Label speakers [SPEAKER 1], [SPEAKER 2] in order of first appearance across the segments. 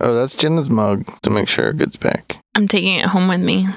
[SPEAKER 1] Oh, that's Jenna's mug to make sure it gets back.
[SPEAKER 2] I'm taking it home with me.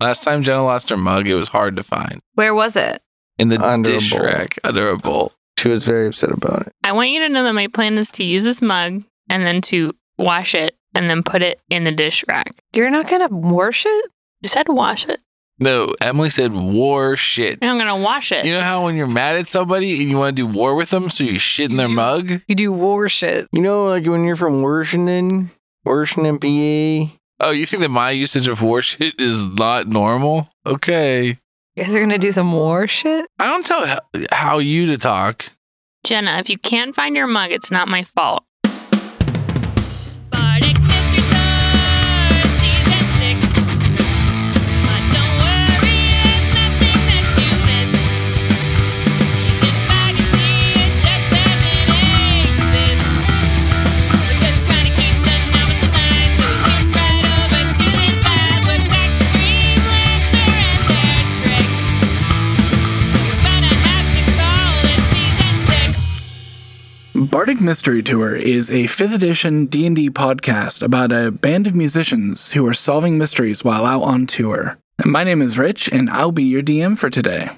[SPEAKER 3] Last time Jenna lost her mug, it was hard to find.
[SPEAKER 2] Where was it?
[SPEAKER 3] In the
[SPEAKER 1] Under a
[SPEAKER 3] dish
[SPEAKER 1] bowl.
[SPEAKER 3] rack under a bowl.
[SPEAKER 1] She was very upset about it.
[SPEAKER 2] I want you to know that my plan is to use this mug and then to wash it and then put it in the dish rack.
[SPEAKER 4] You're not gonna wash it?
[SPEAKER 2] I said wash it.
[SPEAKER 3] No, Emily said war shit.
[SPEAKER 2] And I'm gonna wash it.
[SPEAKER 3] You know how when you're mad at somebody and you want to do war with them, so you shit in their mug?
[SPEAKER 4] You do wash it.
[SPEAKER 1] You know, like when you're from Washington, Washington, PA.
[SPEAKER 3] Oh, you think that my usage of war shit is not normal? Okay.
[SPEAKER 4] You guys are gonna do some wash it?
[SPEAKER 3] I don't tell h- how you to talk.
[SPEAKER 2] Jenna, if you can't find your mug, it's not my fault.
[SPEAKER 5] Bardic Mystery Tour is a 5th edition D&D podcast about a band of musicians who are solving mysteries while out on tour. My name is Rich and I'll be your DM for today.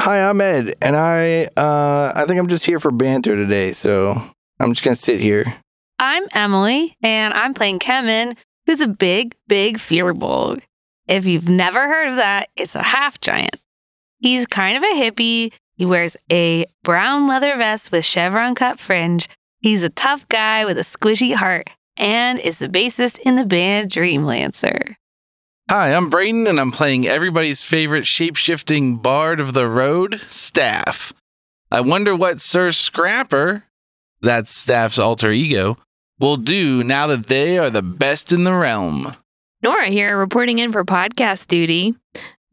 [SPEAKER 1] Hi, I'm Ed, and I uh, I think I'm just here for banter today, so I'm just gonna sit here.
[SPEAKER 4] I'm Emily, and I'm playing Kemen, who's a big, big Fearbolg. If you've never heard of that, it's a half giant. He's kind of a hippie. He wears a brown leather vest with chevron cut fringe. He's a tough guy with a squishy heart and is the bassist in the band Dreamlancer.
[SPEAKER 3] Hi, I'm Brayden, and I'm playing everybody's favorite shape-shifting bard of the road, Staff. I wonder what Sir Scrapper, that's Staff's alter ego, will do now that they are the best in the realm.
[SPEAKER 2] Nora here, reporting in for podcast duty.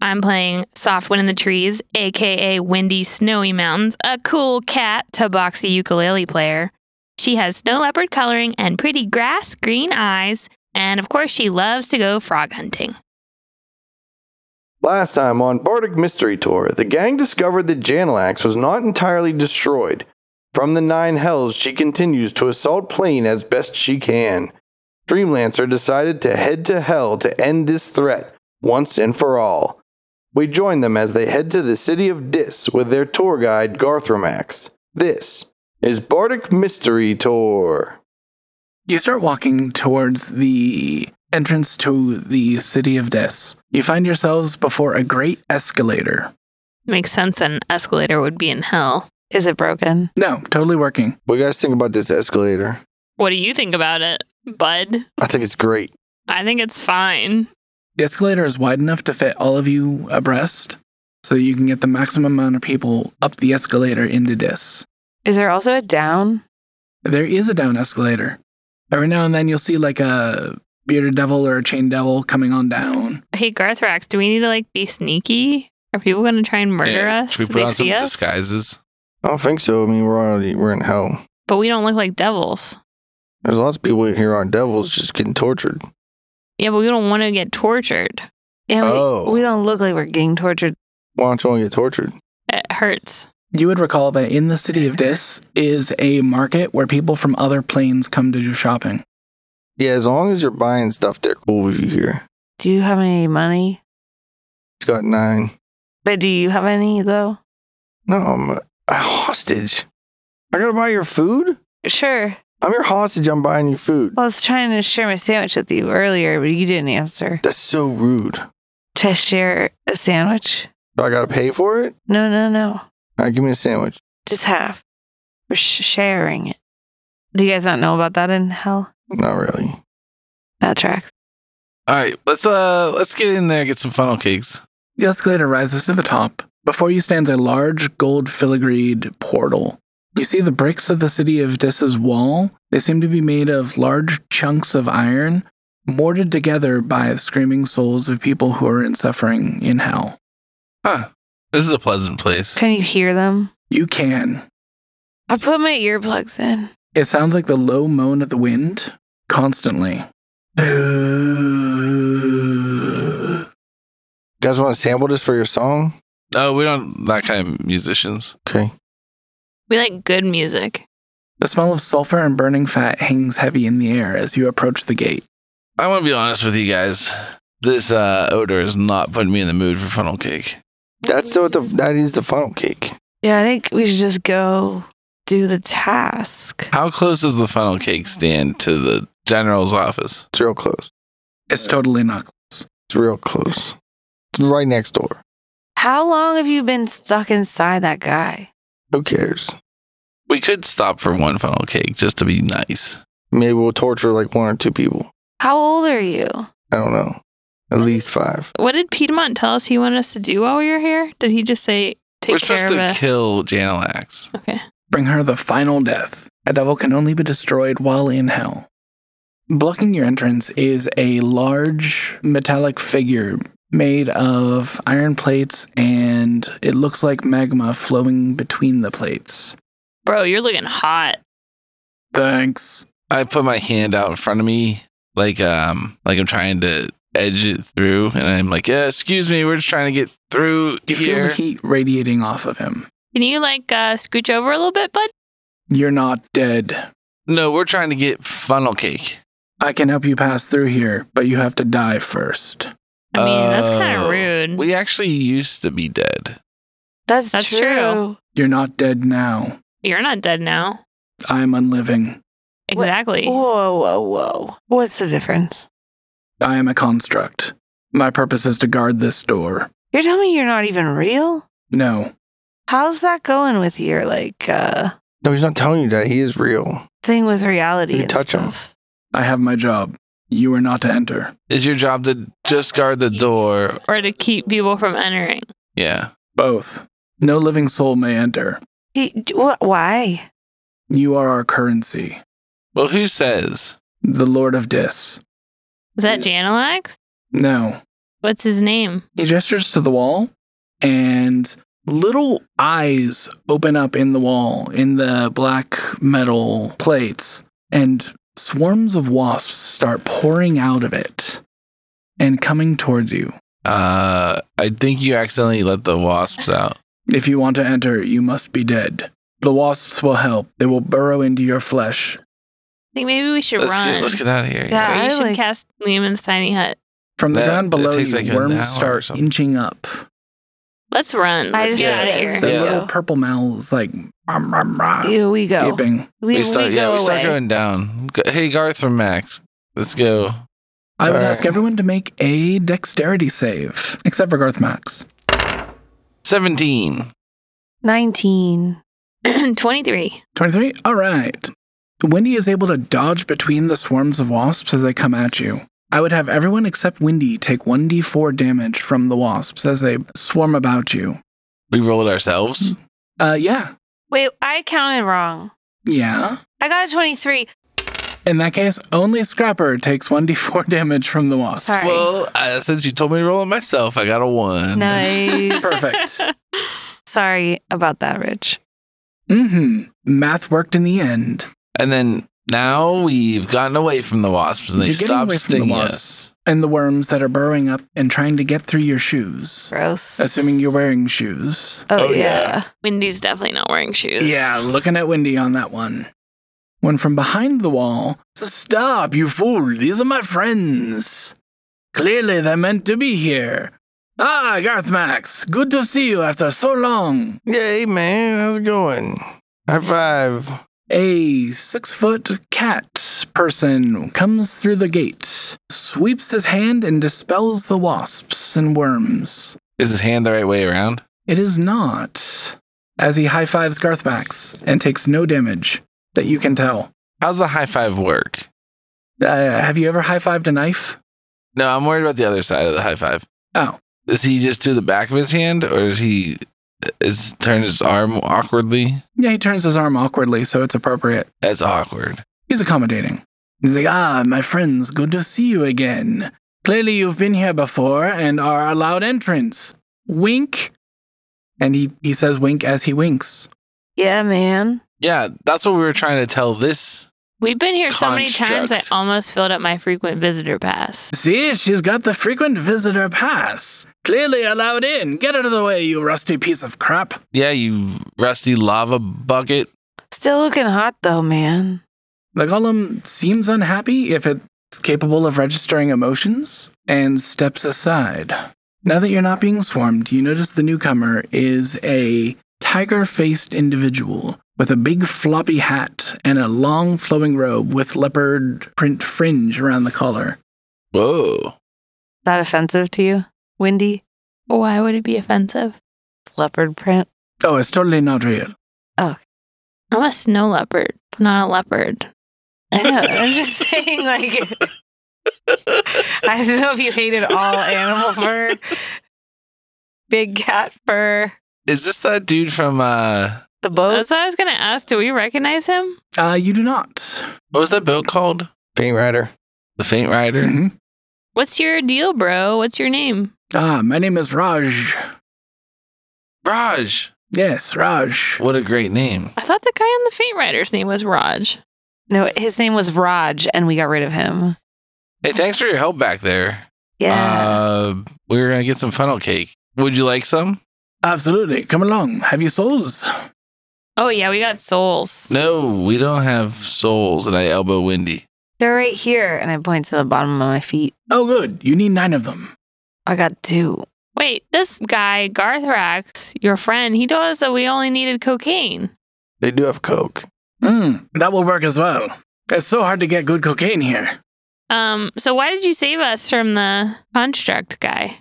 [SPEAKER 2] I'm playing Soft Wind in the Trees, aka Windy Snowy Mountains, a cool cat tabaxi ukulele player. She has snow leopard coloring and pretty grass green eyes, and of course, she loves to go frog hunting.
[SPEAKER 1] Last time on Bardic Mystery Tour, the gang discovered that Janalax was not entirely destroyed. From the Nine Hells, she continues to assault Plane as best she can. Dreamlancer decided to head to Hell to end this threat once and for all. We join them as they head to the city of Dis with their tour guide Garthromax. This is Bardic Mystery Tour.
[SPEAKER 5] You start walking towards the entrance to the city of Dis. You find yourselves before a great escalator.
[SPEAKER 2] Makes sense that an escalator would be in hell.
[SPEAKER 4] Is it broken?
[SPEAKER 5] No, totally working.
[SPEAKER 1] What do you guys think about this escalator?
[SPEAKER 2] What do you think about it, bud?
[SPEAKER 1] I think it's great.
[SPEAKER 2] I think it's fine.
[SPEAKER 5] The escalator is wide enough to fit all of you abreast so that you can get the maximum amount of people up the escalator into Dis.
[SPEAKER 4] Is there also a down?
[SPEAKER 5] There is a down escalator. Every now and then you'll see like a bearded devil or a chain devil coming on down.
[SPEAKER 2] Hey, Garthrax, do we need to like be sneaky? Are people going to try and murder
[SPEAKER 3] Yeah,
[SPEAKER 2] us? if
[SPEAKER 3] Should we put
[SPEAKER 2] they
[SPEAKER 3] on some
[SPEAKER 2] see us?
[SPEAKER 3] disguises?
[SPEAKER 1] I don't think so. I mean, we're already we're in hell.
[SPEAKER 2] But we don't look like devils.
[SPEAKER 1] There's lots of people here aren't devils, just getting tortured.
[SPEAKER 2] Yeah, but we don't want to get tortured.
[SPEAKER 4] Yeah, we,
[SPEAKER 1] Oh.
[SPEAKER 4] we don't look like we're getting tortured.
[SPEAKER 1] Why don't you want to get tortured?
[SPEAKER 2] It hurts.
[SPEAKER 5] You would recall that in the city of Dis is a market where people from other planes come to do shopping.
[SPEAKER 1] Yeah, as long as you're buying stuff, they're cool with you here.
[SPEAKER 4] Do you have any money?
[SPEAKER 1] It's got nine.
[SPEAKER 4] But do you have any though?
[SPEAKER 1] No, I'm a a hostage. I gotta buy your food.
[SPEAKER 4] Sure.
[SPEAKER 1] I'm your hostage. I'm buying you food.
[SPEAKER 4] Well, I was trying to share my sandwich with you earlier, but you didn't answer.
[SPEAKER 1] That's so rude.
[SPEAKER 4] To share a sandwich?
[SPEAKER 1] Do I gotta pay for it?
[SPEAKER 4] No, no, no.
[SPEAKER 1] All right, give me a sandwich.
[SPEAKER 4] Just half. We're sh- sharing it. Do you guys not know about that in hell?
[SPEAKER 1] Not really.
[SPEAKER 4] That tracks.
[SPEAKER 3] All right, let's uh let's get in there, get some funnel cakes.
[SPEAKER 5] The escalator rises to the top. Before you stands a large gold filigreed portal. You see the bricks of the city of Dis's wall. They seem to be made of large chunks of iron, mortared together by the screaming souls of people who are in suffering in hell.
[SPEAKER 3] Huh. This is a pleasant place.
[SPEAKER 4] Can you hear them?
[SPEAKER 5] You can
[SPEAKER 4] I put my earplugs in.
[SPEAKER 5] It sounds like the low moan of the wind constantly. You
[SPEAKER 1] You guys want to sample this for your song?
[SPEAKER 3] Oh, we don't that kind of musicians.
[SPEAKER 1] Okay.
[SPEAKER 2] We like good music.
[SPEAKER 5] The smell of sulfur and burning fat hangs heavy in the air as you approach the gate.
[SPEAKER 3] I want to be honest with you guys. This uh, odor is not putting me in the mood for funnel cake.
[SPEAKER 1] That's what the that is the funnel cake.
[SPEAKER 4] Yeah, I think we should just go do the task.
[SPEAKER 3] How close is the funnel cake stand to the general's office?
[SPEAKER 1] It's real close.
[SPEAKER 5] It's totally not.
[SPEAKER 1] It's real close. It's right next door.
[SPEAKER 4] How long have you been stuck inside that guy?
[SPEAKER 1] Who cares?
[SPEAKER 3] We could stop for one funnel cake just to be nice.
[SPEAKER 1] Maybe we'll torture like one or two people.
[SPEAKER 4] How old are you?
[SPEAKER 1] I don't know. At least five.
[SPEAKER 2] What did Piedmont tell us he wanted us to do while we were here? Did he just say take
[SPEAKER 3] We're
[SPEAKER 2] care
[SPEAKER 3] supposed
[SPEAKER 2] of
[SPEAKER 3] to
[SPEAKER 2] a?
[SPEAKER 3] kill Janilax.
[SPEAKER 2] okay.
[SPEAKER 5] Bring her the final death. A devil can only be destroyed while in hell. Blocking your entrance is a large metallic figure made of iron plates and it looks like magma flowing between the plates.
[SPEAKER 2] Bro, you're looking hot.
[SPEAKER 5] Thanks.
[SPEAKER 3] I put my hand out in front of me, like um, like I'm trying to edge it through, and I'm like, yeah, excuse me, we're just trying to get through
[SPEAKER 5] You feel
[SPEAKER 3] here.
[SPEAKER 5] the heat radiating off of him.
[SPEAKER 2] Can you like uh, scooch over a little bit, bud?
[SPEAKER 5] You're not dead.
[SPEAKER 3] No, we're trying to get funnel cake.
[SPEAKER 5] I can help you pass through here, but you have to die first.
[SPEAKER 2] I mean, that's kind
[SPEAKER 3] Oh.
[SPEAKER 2] of rude.
[SPEAKER 3] We actually used to be dead.
[SPEAKER 4] That's,
[SPEAKER 2] That's
[SPEAKER 4] true.
[SPEAKER 2] true.
[SPEAKER 5] You're not dead now.
[SPEAKER 2] you're not dead now.
[SPEAKER 5] I'm unliving.
[SPEAKER 4] What- Oh.
[SPEAKER 2] Exactly.
[SPEAKER 4] Whoa, whoa, whoa. What's the difference?
[SPEAKER 5] I am a construct. My purpose is to guard this door.
[SPEAKER 4] You're telling me you're not even real?
[SPEAKER 5] No,
[SPEAKER 4] How's that going with your like uh
[SPEAKER 1] No, he's not telling you that. He is real.
[SPEAKER 4] thing with reality?
[SPEAKER 1] You
[SPEAKER 4] and
[SPEAKER 1] touch 'em.
[SPEAKER 4] stuff?
[SPEAKER 5] I have my job. You are not to enter.
[SPEAKER 3] Is your job to just guard the door?
[SPEAKER 2] Or to keep people from entering.
[SPEAKER 3] Yeah.
[SPEAKER 5] Both. No living soul may enter.
[SPEAKER 4] He, d- wh- why?
[SPEAKER 5] You are our currency.
[SPEAKER 3] Well, who says?
[SPEAKER 5] The Lord of Dis.
[SPEAKER 2] Is that Janalax?
[SPEAKER 5] No.
[SPEAKER 2] What's his name?
[SPEAKER 5] He gestures to the wall, and little eyes open up in the wall, in the black metal plates, and swarms of wasps start pouring out of it and coming towards you.
[SPEAKER 3] Uh, I think you accidentally let the wasps out.
[SPEAKER 5] If you want to enter, you must be dead. The wasps will help. They will burrow into your flesh.
[SPEAKER 2] I think maybe we should
[SPEAKER 3] Let's
[SPEAKER 2] run.
[SPEAKER 3] get, let's get out of here.
[SPEAKER 4] Yeah.
[SPEAKER 2] Or
[SPEAKER 4] Uh, I
[SPEAKER 2] you should
[SPEAKER 4] like-
[SPEAKER 2] cast Lehman's tiny hut.
[SPEAKER 5] From the
[SPEAKER 3] That-
[SPEAKER 5] ground
[SPEAKER 3] that
[SPEAKER 5] below
[SPEAKER 3] takes
[SPEAKER 5] you,
[SPEAKER 3] like an hour or
[SPEAKER 5] worms start
[SPEAKER 3] something.
[SPEAKER 5] inching up.
[SPEAKER 2] Let's run.
[SPEAKER 4] I
[SPEAKER 2] Let's
[SPEAKER 4] just
[SPEAKER 2] get out
[SPEAKER 4] said
[SPEAKER 2] of
[SPEAKER 4] it.
[SPEAKER 2] here.
[SPEAKER 5] Their
[SPEAKER 3] Yeah.
[SPEAKER 5] little purple mouths like rom, rom, rom,
[SPEAKER 4] Ew, we go.
[SPEAKER 5] gaping.
[SPEAKER 4] We,
[SPEAKER 3] We start,
[SPEAKER 4] we
[SPEAKER 3] yeah,
[SPEAKER 4] go
[SPEAKER 3] we start
[SPEAKER 4] away.
[SPEAKER 3] going down. Go- Hey, Garth from Max, let's go.
[SPEAKER 5] I would
[SPEAKER 1] Alright.
[SPEAKER 5] ask everyone to make a dexterity save, except for Garth Max.
[SPEAKER 3] 17.
[SPEAKER 4] 19.
[SPEAKER 2] 23.
[SPEAKER 5] 23? All right. Wendy is able to dodge between the swarms of wasps as they come at you. I would have everyone except Wendy take 1d4 damage from the wasps as they swarm about you.
[SPEAKER 3] We rolled ourselves.
[SPEAKER 5] Uh, yeah.
[SPEAKER 4] Wait, I counted wrong.
[SPEAKER 5] Yeah.
[SPEAKER 4] I got a 23.
[SPEAKER 5] In that case, only Scrapper takes 1d4 damage from the wasps.
[SPEAKER 4] Sorry.
[SPEAKER 3] Well, uh, since you told me to roll it myself, I got a one.
[SPEAKER 4] Nice.
[SPEAKER 5] Perfect.
[SPEAKER 4] Sorry about that, Rich.
[SPEAKER 5] Mm hmm. Math worked in the end.
[SPEAKER 3] And then now we've gotten away from the wasps and they
[SPEAKER 5] You're getting
[SPEAKER 3] stop
[SPEAKER 5] away from the
[SPEAKER 3] stinging
[SPEAKER 5] wasps.
[SPEAKER 3] us.
[SPEAKER 5] And the worms that are burrowing up and trying to get through your shoes.
[SPEAKER 4] Gross.
[SPEAKER 5] Assuming you're wearing shoes.
[SPEAKER 4] Oh,
[SPEAKER 3] Oh,
[SPEAKER 4] yeah.
[SPEAKER 3] yeah.
[SPEAKER 2] Wendy's definitely not wearing shoes.
[SPEAKER 5] Yeah, looking at Wendy on that one. When from behind the wall, stop, you fool, these are my friends. Clearly they're meant to be here. Ah, Garth Max, good to see you after so long.
[SPEAKER 1] Yay, man. How's it going? High five.
[SPEAKER 5] A six foot cat person comes through the gate, sweeps his hand, and dispels the wasps and worms.
[SPEAKER 3] Is his hand the right way around?
[SPEAKER 5] It is not. As he high fives Garth Max and takes no damage that you can tell.
[SPEAKER 3] How's the high five work?
[SPEAKER 5] Uh, have you ever high fived a knife?
[SPEAKER 3] No, I'm worried about the other side of the high five.
[SPEAKER 5] Oh,
[SPEAKER 3] Does he just do the back of his hand or is he is turn his arm awkwardly?
[SPEAKER 5] yeah, he turns his arm awkwardly, so it's appropriate.
[SPEAKER 3] That's awkward.
[SPEAKER 5] He's accommodating. He's like, ah, my friends, good to see you again. Clearly, you've been here before and are allowed entrance. Wink. And he, he says wink as he winks.
[SPEAKER 4] Yeah, man.
[SPEAKER 3] Yeah, that's what we were trying to tell this.
[SPEAKER 2] We've been here so many times I
[SPEAKER 3] Construct.
[SPEAKER 2] almost filled up my frequent visitor pass.
[SPEAKER 5] See, she's got the frequent visitor pass. Clearly allowed in. Get out of the way, you rusty piece of crap.
[SPEAKER 3] Yeah, you rusty lava bucket.
[SPEAKER 4] Still looking hot though, man.
[SPEAKER 5] The golem seems unhappy if it's capable of registering emotions and steps aside. Now that you're not being swarmed, you notice the newcomer is a tiger faced individual with a big floppy hat and a long flowing robe with leopard print fringe around the collar.
[SPEAKER 3] Whoa.
[SPEAKER 4] That offensive to you, Wendy?
[SPEAKER 2] Why would it be offensive?
[SPEAKER 4] Leopard print.
[SPEAKER 5] Oh, it's totally not real.
[SPEAKER 2] I'm a snow leopard, not a leopard.
[SPEAKER 4] I know. I'm just saying, like, I don't know if you hated all animal fur, big cat fur,
[SPEAKER 3] Is this that dude from uh
[SPEAKER 4] the boat.
[SPEAKER 2] That's what I was gonna ask. Do we recognize him?
[SPEAKER 5] Uh, you do not.
[SPEAKER 3] what was that boat called?
[SPEAKER 1] Paint Rider.
[SPEAKER 3] The Faint Rider?
[SPEAKER 5] Mhm.
[SPEAKER 2] What's your deal, bro? What's your name?
[SPEAKER 5] Ah, my name is Raj.
[SPEAKER 3] Raj.
[SPEAKER 5] Yes, Raj.
[SPEAKER 3] What a great name.
[SPEAKER 2] I thought the guy on the Faint Rider's name was Raj.
[SPEAKER 4] No, his name was Raj, and we got rid of him.
[SPEAKER 3] Hey, thanks for your help back there.
[SPEAKER 4] Yeah.
[SPEAKER 3] Uh, we were gonna get some funnel cake. Would you like some?
[SPEAKER 5] Absolutely. Come along. Have you souls?
[SPEAKER 2] Oh yeah, we got souls.
[SPEAKER 3] No, we don't have souls, and I elbow Wendy.
[SPEAKER 4] They're right here. And I point to the bottom of my feet.
[SPEAKER 5] Oh, good. You need nine of them.
[SPEAKER 4] I got two.
[SPEAKER 2] Wait, this guy Garthrax, your friend, he told us that we only needed cocaine.
[SPEAKER 1] They do have Coke.
[SPEAKER 5] Hmm, that will work as well. It's so hard to get good cocaine here.
[SPEAKER 2] Um, so why did you save us from the construct guy?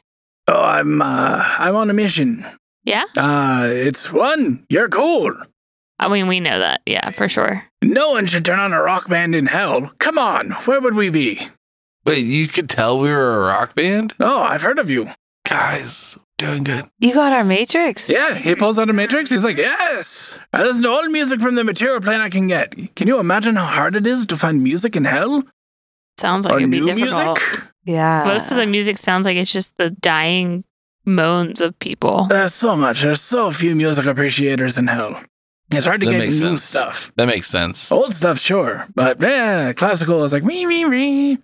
[SPEAKER 5] Oh, I'm uh, I'm on a mission.
[SPEAKER 2] Yeah?
[SPEAKER 5] Uh, it's one. You're cool.
[SPEAKER 2] I mean, we know that, yeah, for sure.
[SPEAKER 5] No one should turn on a rock band in hell. Come on, where would we be?
[SPEAKER 3] Wait, you could tell we were a rock band?
[SPEAKER 5] Oh, I've heard of you.
[SPEAKER 3] Guys, doing good.
[SPEAKER 4] You got our Matrix?
[SPEAKER 5] Yeah, he pulls out a matrix. He's like, yes. I listen to all music from the material plane I can get. Can you imagine how hard it is to find music in hell
[SPEAKER 2] Sounds like
[SPEAKER 5] or
[SPEAKER 2] it'd be
[SPEAKER 5] new
[SPEAKER 2] difficult.
[SPEAKER 5] music?
[SPEAKER 4] Yeah.
[SPEAKER 2] Most of the music sounds like it's just the dying moans of people.
[SPEAKER 3] Uh.
[SPEAKER 5] There's so much. There's so few music appreciators in hell. It's hard to
[SPEAKER 3] That
[SPEAKER 5] get new
[SPEAKER 3] makes sense.
[SPEAKER 5] stuff.
[SPEAKER 3] That makes sense.
[SPEAKER 5] Old stuff, sure, but yeah, classical is like me, me, me.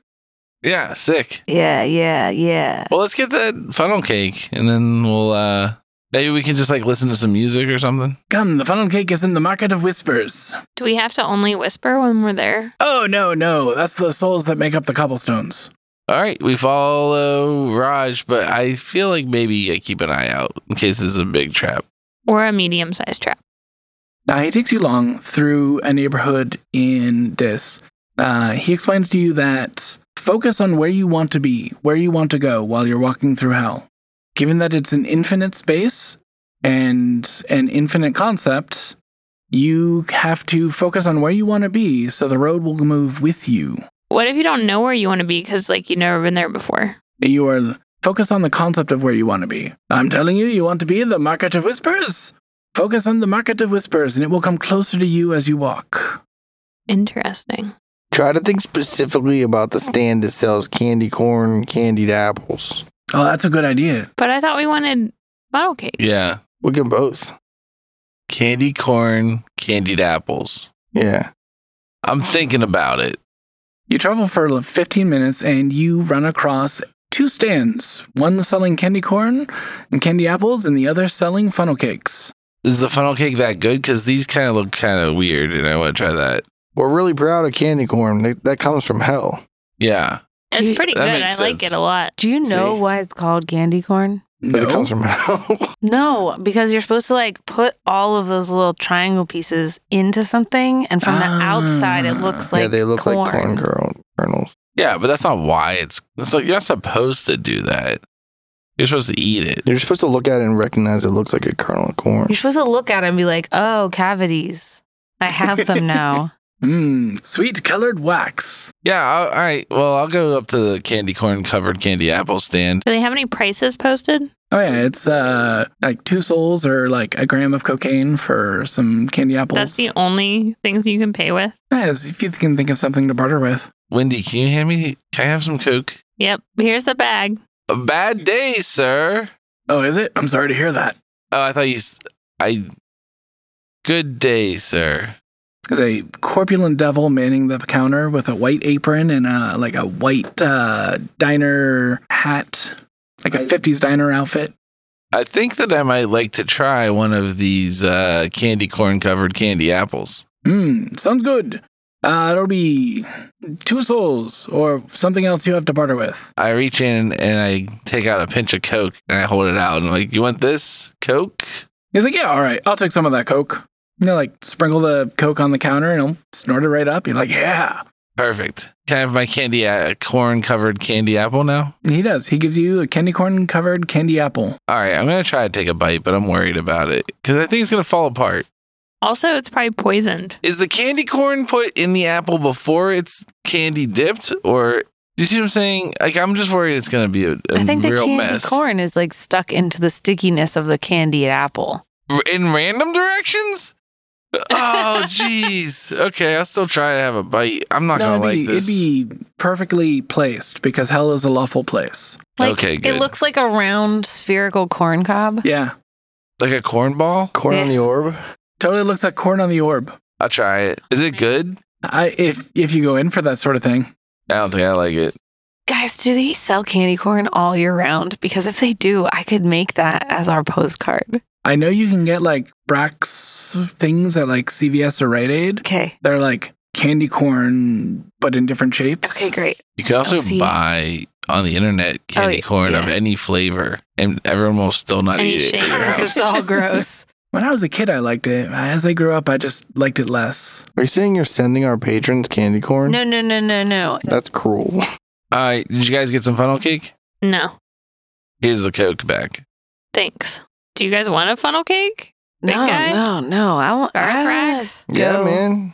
[SPEAKER 3] Yeah, sick.
[SPEAKER 4] Yeah, yeah, yeah.
[SPEAKER 3] Well, let's get that funnel cake, and then we'll uh maybe we can just like listen to some music or something.
[SPEAKER 5] Come, the funnel cake is in the market of whispers.
[SPEAKER 2] Do we have to only whisper when we're there?
[SPEAKER 5] Oh no, no, that's the souls that make up the cobblestones.
[SPEAKER 3] All right, we follow Raj, but I feel like maybe I keep an eye out in case this is a big trap.
[SPEAKER 2] Or a medium sized trap?
[SPEAKER 5] Uh, he takes you along through a neighborhood in Dis. Uh, he explains to you that focus on where you want to be, where you want to go while you're walking through hell. Given that it's an infinite space and an infinite concept, you have to focus on where you want to be so the road will move with you.
[SPEAKER 2] What if you don't know where you want to be because, like, you've never been there before?
[SPEAKER 5] You are focus on the concept of where you want to be. I'm telling you, you want to be in the market of whispers. Focus on the market of whispers, and it will come closer to you as you walk.
[SPEAKER 2] Interesting.
[SPEAKER 1] Try to think specifically about the stand that sells candy corn, candied apples.
[SPEAKER 5] Oh, that's a good idea.
[SPEAKER 2] But I thought we wanted funnel cake.
[SPEAKER 3] Yeah,
[SPEAKER 1] We can both.
[SPEAKER 3] candy corn, candied apples.
[SPEAKER 1] Yeah.
[SPEAKER 3] I'm thinking about it.
[SPEAKER 5] You travel for 15 minutes and you run across two stands one selling candy corn and candy apples, and the other selling funnel cakes.
[SPEAKER 3] Is the funnel cake that good? Because these kind of look kind of weird, and I want to try that.
[SPEAKER 1] We're really proud of candy corn. That- That comes from hell.
[SPEAKER 3] Yeah,
[SPEAKER 2] It's
[SPEAKER 4] Cute.
[SPEAKER 2] pretty
[SPEAKER 3] That
[SPEAKER 2] good. I
[SPEAKER 3] makes
[SPEAKER 2] like
[SPEAKER 3] sense.
[SPEAKER 2] it a lot.
[SPEAKER 4] Do you know
[SPEAKER 1] See?
[SPEAKER 4] why it's called candy corn?
[SPEAKER 1] But
[SPEAKER 5] No.
[SPEAKER 1] It comes from hell.
[SPEAKER 4] No, because you're supposed to like put all of those little triangle pieces into something, and from the
[SPEAKER 5] Ah.
[SPEAKER 4] outside, it looks like
[SPEAKER 1] Ah. yeah, they look
[SPEAKER 4] corn.
[SPEAKER 1] like corn kernel- kernels.
[SPEAKER 3] yeah, but that's not why it's. That's like you're not supposed to do that. You're supposed to eat it.
[SPEAKER 1] You're supposed to look at it and recognize it looks like a kernel of corn.
[SPEAKER 4] You're supposed to look at it and be like, "Oh, cavities! I have them now."
[SPEAKER 5] Mmm, sweet colored wax.
[SPEAKER 3] Yeah, I'll, all right. Well, I'll go up to the candy corn covered candy apple stand.
[SPEAKER 2] Do they have any prices posted?
[SPEAKER 5] Oh, yeah, it's uh, like two souls or like a gram of cocaine for some candy apples.
[SPEAKER 2] That's the only things you can pay with.
[SPEAKER 5] Yes, if you can think of something to barter with.
[SPEAKER 3] Wendy, can you hand me? Can I have some coke?
[SPEAKER 2] Yep. Here's the bag.
[SPEAKER 3] A bad day, sir.
[SPEAKER 5] Oh, is it? I'm sorry to hear that.
[SPEAKER 3] Oh, I thought you. s- I. Good day, sir.
[SPEAKER 5] There's a corpulent devil manning the counter with a white apron and a, like a white uh, diner hat, like a 50s diner outfit.
[SPEAKER 3] I think that I might like to try one of these uh, candy corn covered candy apples.
[SPEAKER 5] Hmm, sounds good. Uh, it'll be two souls or something else you have to barter with.
[SPEAKER 3] I reach in and I take out a pinch of Coke and I hold it out and I'm like, you want this Coke?
[SPEAKER 5] He's like, yeah, all right, I'll take some of that Coke. You know, like sprinkle the Coke on the counter and he'll snort it right up. You're like, yeah.
[SPEAKER 3] Perfect. Can I have my candy a- corn covered candy apple now?
[SPEAKER 5] He does. He gives you a candy corn covered candy apple.
[SPEAKER 3] All right, I'm gonna try to take a bite, but I'm worried about it because I think it's gonna fall apart.
[SPEAKER 2] Also, it's probably poisoned.
[SPEAKER 3] Is the candy corn put in the apple before it's candy dipped, or do you see what I'm saying? Like, I'm just worried it's gonna be a, a
[SPEAKER 4] I think the
[SPEAKER 3] real
[SPEAKER 4] candy
[SPEAKER 3] mess
[SPEAKER 4] corn is like stuck into the stickiness of the candied apple.
[SPEAKER 3] R- in random directions. Oh, jeez. Okay, I'll still try to have a bite. I'm not
[SPEAKER 5] no,
[SPEAKER 3] gonna
[SPEAKER 5] it'd,
[SPEAKER 3] like
[SPEAKER 5] be,
[SPEAKER 3] this.
[SPEAKER 5] it'd be perfectly placed because hell is a lawful place.
[SPEAKER 4] Like,
[SPEAKER 3] Okay, good.
[SPEAKER 4] It looks like a round spherical corn cob.
[SPEAKER 5] Yeah,
[SPEAKER 3] like a corn ball.
[SPEAKER 1] Corn on the orb.
[SPEAKER 5] totally looks like corn on the orb.
[SPEAKER 3] I'll try it. Is it good?
[SPEAKER 5] I if if you go in for that sort of thing,
[SPEAKER 3] I don't think I like it.
[SPEAKER 4] Guys, do they sell candy corn all year round? Because if they do, I could make that as our postcard.
[SPEAKER 5] I know you can get like Brax things at like CVS or Rite Aid.
[SPEAKER 4] Okay.
[SPEAKER 5] They're like candy corn, but in different shapes.
[SPEAKER 4] Okay, great.
[SPEAKER 3] You can also
[SPEAKER 4] I'll see. Oh,
[SPEAKER 3] buy on the internet candy
[SPEAKER 4] yeah,
[SPEAKER 3] corn of
[SPEAKER 4] yeah.
[SPEAKER 3] any flavor, and everyone will still not
[SPEAKER 2] Any
[SPEAKER 3] eat
[SPEAKER 2] shape.
[SPEAKER 3] it.
[SPEAKER 4] it's all gross.
[SPEAKER 5] When I was a kid, I liked it. As I grew up, I just liked it less.
[SPEAKER 1] Are you saying you're sending our patrons candy corn?
[SPEAKER 4] No, no, no, no, no.
[SPEAKER 1] That's cruel.
[SPEAKER 3] All right, did you guys get some funnel cake?
[SPEAKER 2] No,
[SPEAKER 3] Here's the Coke back.
[SPEAKER 2] thanks. Do you guys want a funnel cake? Big
[SPEAKER 4] No,
[SPEAKER 2] guy?
[SPEAKER 4] no, no. I want.
[SPEAKER 2] Car
[SPEAKER 3] Ah,
[SPEAKER 4] I wanna
[SPEAKER 2] cracks?
[SPEAKER 1] Yeah,
[SPEAKER 4] go.
[SPEAKER 1] man.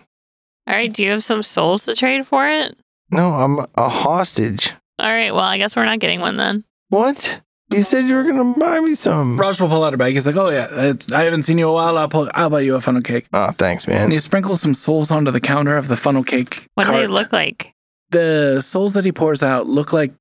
[SPEAKER 2] All right, do you have some souls to trade for it?
[SPEAKER 1] No, I'm a hostage.
[SPEAKER 2] All right, well, I guess we're not getting one then.
[SPEAKER 1] What? You said you were gonna buy me
[SPEAKER 3] Mm-hmm.
[SPEAKER 1] some.
[SPEAKER 5] Raj will pull out a bag. He's like, "Oh yeah, it's- I haven't seen you in a while. I'll pull, I'll buy you a funnel cake."
[SPEAKER 1] Oh, thanks,
[SPEAKER 5] And
[SPEAKER 1] man.
[SPEAKER 5] he sprinkles some souls onto the counter of the funnel cake.
[SPEAKER 2] What do they
[SPEAKER 5] cart.
[SPEAKER 2] look like?
[SPEAKER 5] The souls that he pours out look like